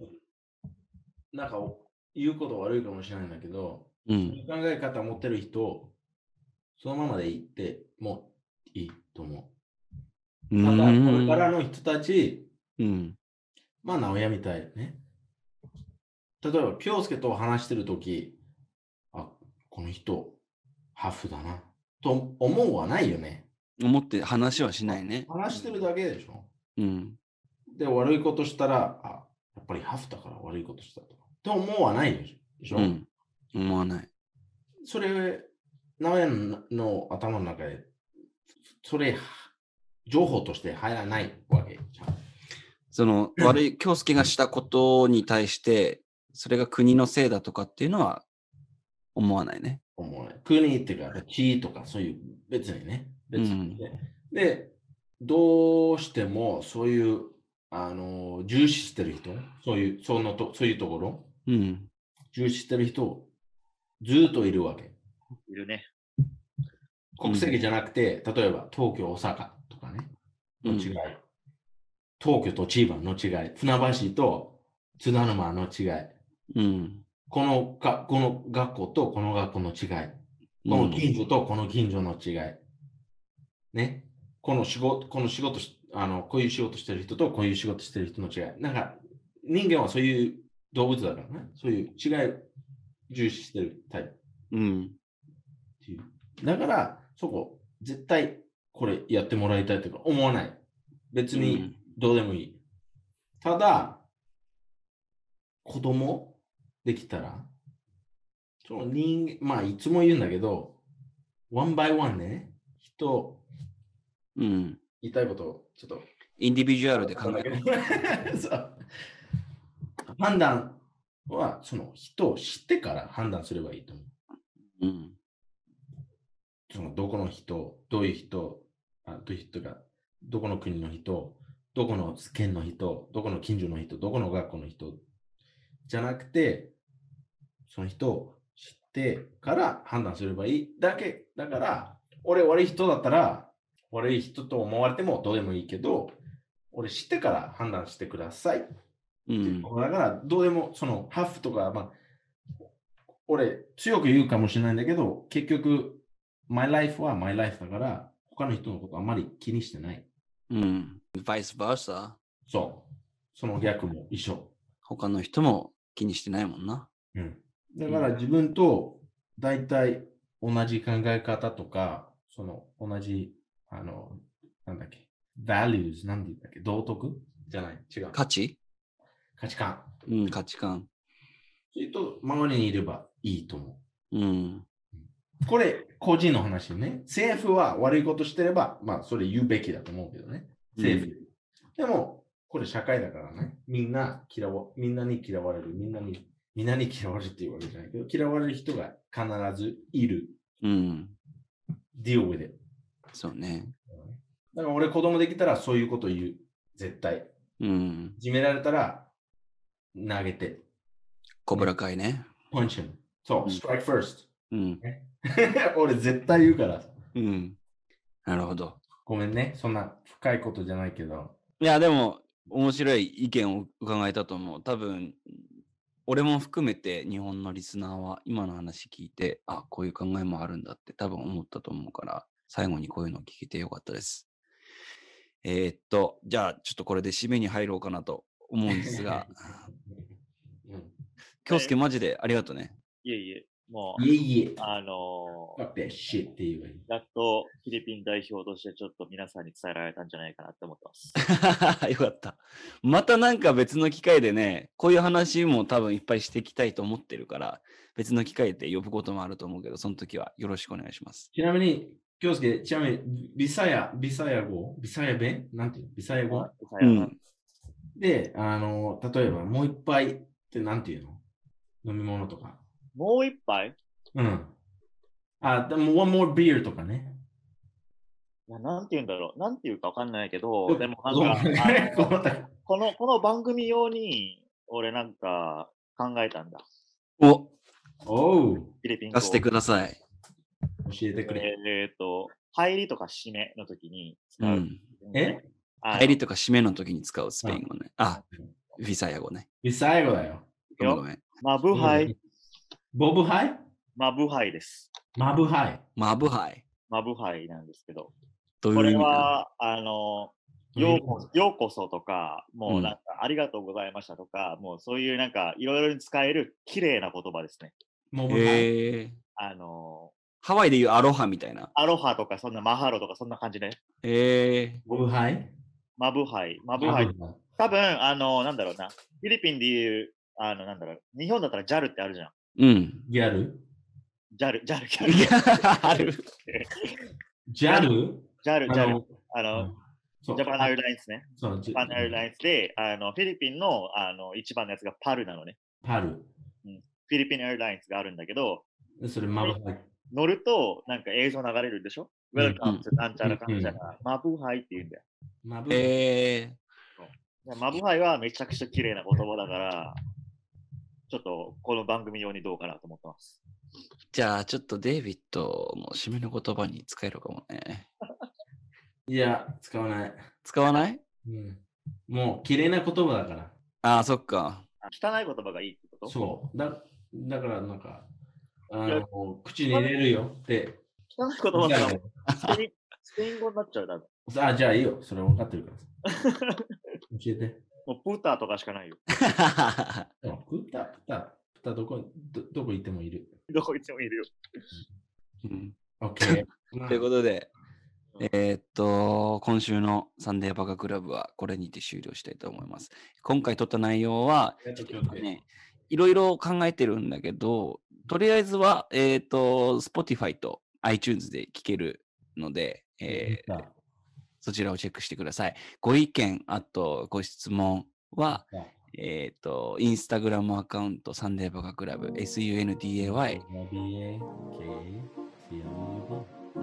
なんかお言うこと悪いかもしれないんだけど、うん。考え方持ってる人、そのままでいいって、もういいと思うう。ただ、これからん。の人たち、うん。まあ、直屋みたいね。例えば、京介と話してるとき、あ、この人、ハーフだな、と思うはないよね。思って話はしないね。話してるだけでしょ。うん。で、悪いことしたら、あ、やっぱりハーフだから悪いことしたとか。って思わないでしょ、うん。思わない。それ、直屋のの頭の中で、それ、情報として入らないわけじゃん。その悪い、京介がしたことに対して、それが国のせいだとかっていうのは思わないね。思わない。国っていうか、地とか、そういう、別にね。別にね、で、どうしても、そういう、あの、重視してる人、そういう、そのと、そういうところ、うん。重視してる人、ずっといるわけ。いるね。国籍じゃなくて、例えば東京、大阪とかね、の違い、東京と千葉の違い、船橋と津田沼の違い、うん。このかこの学校とこの学校の違い、こうのん近所とこの近所の違い、ね、この仕事、この仕事しあの、こういう仕事してる人とこういう仕事してる人の違い、なんか人間はそういう動物だからね、そういう違いを重視してるタイプ。うん。っていうだから、そこ、絶対これやってもらいたいとか思わない。別にどうでもいい。ただ、子供できたら、その人間、まあいつも言うんだけど、ワンバイワンね、人、うん。言いたいことをちょっとインディビジュアルで考える。る。 そう判断は、その人を知ってから判断すればいいと思う。うん。そのどこの人、どういう人、あどういう人が、どこの国の人、どこの県の人、どこの近所の人、どこの学校の人、じゃなくて、その人を知ってから判断すればいいだけ。だから、俺悪い人だったら、悪い人と思われてもどうでもいいけど、俺知ってから判断してください。うん。だから、どうでも、その、ハーフとか、まあ、俺、強く言うかもしれないんだけど、結局、my life は my life だから、他の人のことあんまり気にしてない。うん。バイスバーサそう。その逆も一緒。他の人も気にしてないもんな。うん。だから、自分と大体同じ考え方とか、その、同じ、あの、なんだっけ、values、なんて言うんだっけ、道徳じゃない、違う。価値価値観。うん、価値観。それと、周りにいればいいと思う。うん。これ、個人の話ね。政府は悪いことしてれば、まあ、それ言うべきだと思うけどね。政府。でも、これ社会だからね。みんな嫌わ、みんなに嫌われる。みんなに、みんなに嫌われるっていうわけじゃないけど、嫌われる人が必ずいる。うん。うん。 deal with it。そうね。だから俺、子供できたらそういうこと言う。絶対。うん。いじめられたら、投げて。コブラ会ね。ポンチン。そうう、ん strike first。 うん。俺、絶対言うから。うん。なるほど。ごめんね。そんな深いことじゃないけど。いや、でも、面白い意見を伺えたと思う。多分、俺も含めて日本のリスナーは今の話聞いて、あ、こういう考えもあるんだって多分思ったと思うから、最後にこういうのを聞けてよかったです。えーっと、じゃあ、ちょっとこれで締めに入ろうかなと思うんです が、うん京介マジでありがとうね。いえいえ、もいえいえう、。あのーだって、シッって言えばいい。やっとフィリピン代表としてちょっと皆さんに伝えられたんじゃないかなって思ってます。 よかった。またなんか別の機会でね、こういう話も多分いっぱいしていきたいと思ってるから、別の機会で呼ぶこともあると思うけど、その時はよろしくお願いします。ちなみに、京介、ちなみに、ビサヤ、ビサヤ語、ビサヤ弁なんていうのビサヤ語うん。で、あの、例えば、もう一杯ってなんていうの飲み物とか。もう一杯うん。あ、でも、one more beer とかね。いやなんて言うんだろう。なんて言うかわかんないけど、よでもなんごめか、んねあごのめんねこの、この番組用に、俺なんか考えたんだ。お、 おう、フィリピン語出してください。教えてくれ。えっと、入りとか締めの時にう使う。ん。えあの入りとか締めの時に使うスペイン語ね。あ、ビサヤ語ね。ビサヤ語だよ。ごめんごめん。マブハイ、ボブハイマブハイです。マブハイ。マブハイ。マブハイなんですけど。どういうこ意味れなのは、あの、ようこようこそとか、もうなんか、ありがとうございましたとか、もうそういうなんか、いろいろに使える綺麗な言葉ですね。モブハイ。へえ。あの、ハワイで言うアロハみたいな。アロハとか、そんなマハロとか、そんな感じね。へえ。ボブハイ。マブハイ。マブハイマ。ブハ多分、あの、なんだろうな。フィリピンで言う、あの、なんだろう。日本だったら JAL ってあるじゃん。うん。ギャル JAL、JAL、いや JAL。ある。ジャル JAL、あ JAL。の、あの、そうジャパンアイルラインですね。そうジャパンアイルラインで、あの、フィリピンの、あの、一番のやつがパルなのね。パル。フィリピンアイルラインがあるんだけど、それ、マブハイ。乗ると、なんか映像流れるでしょうん ?Welcome to なんちゃらかんちゃら。マブハイって言うんだよ。マブハイ。へ え。いやマブハイはめちゃくちゃ綺麗な言葉だから、ちょっとこの番組用にどうかなと思ってます。じゃあ、ちょっとデイビッドの締めの言葉に使えるかもね。いや、使わない。使わないうん、もう、綺麗な言葉だから。ああ、そっ か。あ汚い言葉がいいってことそう。だだから、なんか、あいやの口に入れるよって。汚い言葉だからスペインスペイン語になっちゃうだろ。あ、じゃあいいよ。それ分かってるから。教えて。もうプーターとかしかないよ。 でもプタ、プタ、プタどこど、どこ行ってもいる。どこいつもいるよ。うん OK。 ということで、えーっと、今週のサンデーバカクラブはこれにて終了したいと思います。今回撮った内容は、えっとちょっとね、いろいろ考えてるんだけど、とりあえずは、えーっと、Spotify と iTunes で聴けるので、えーー、そちらをチェックしてください。ご意見、あとご質問は、えーっと、インスタグラムアカウント、サンデーバカクラブ、sunday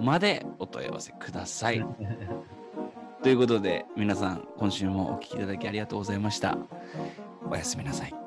までお問い合わせください。ということで、皆さん、今週もお聞きいただきありがとうございました。おやすみなさい。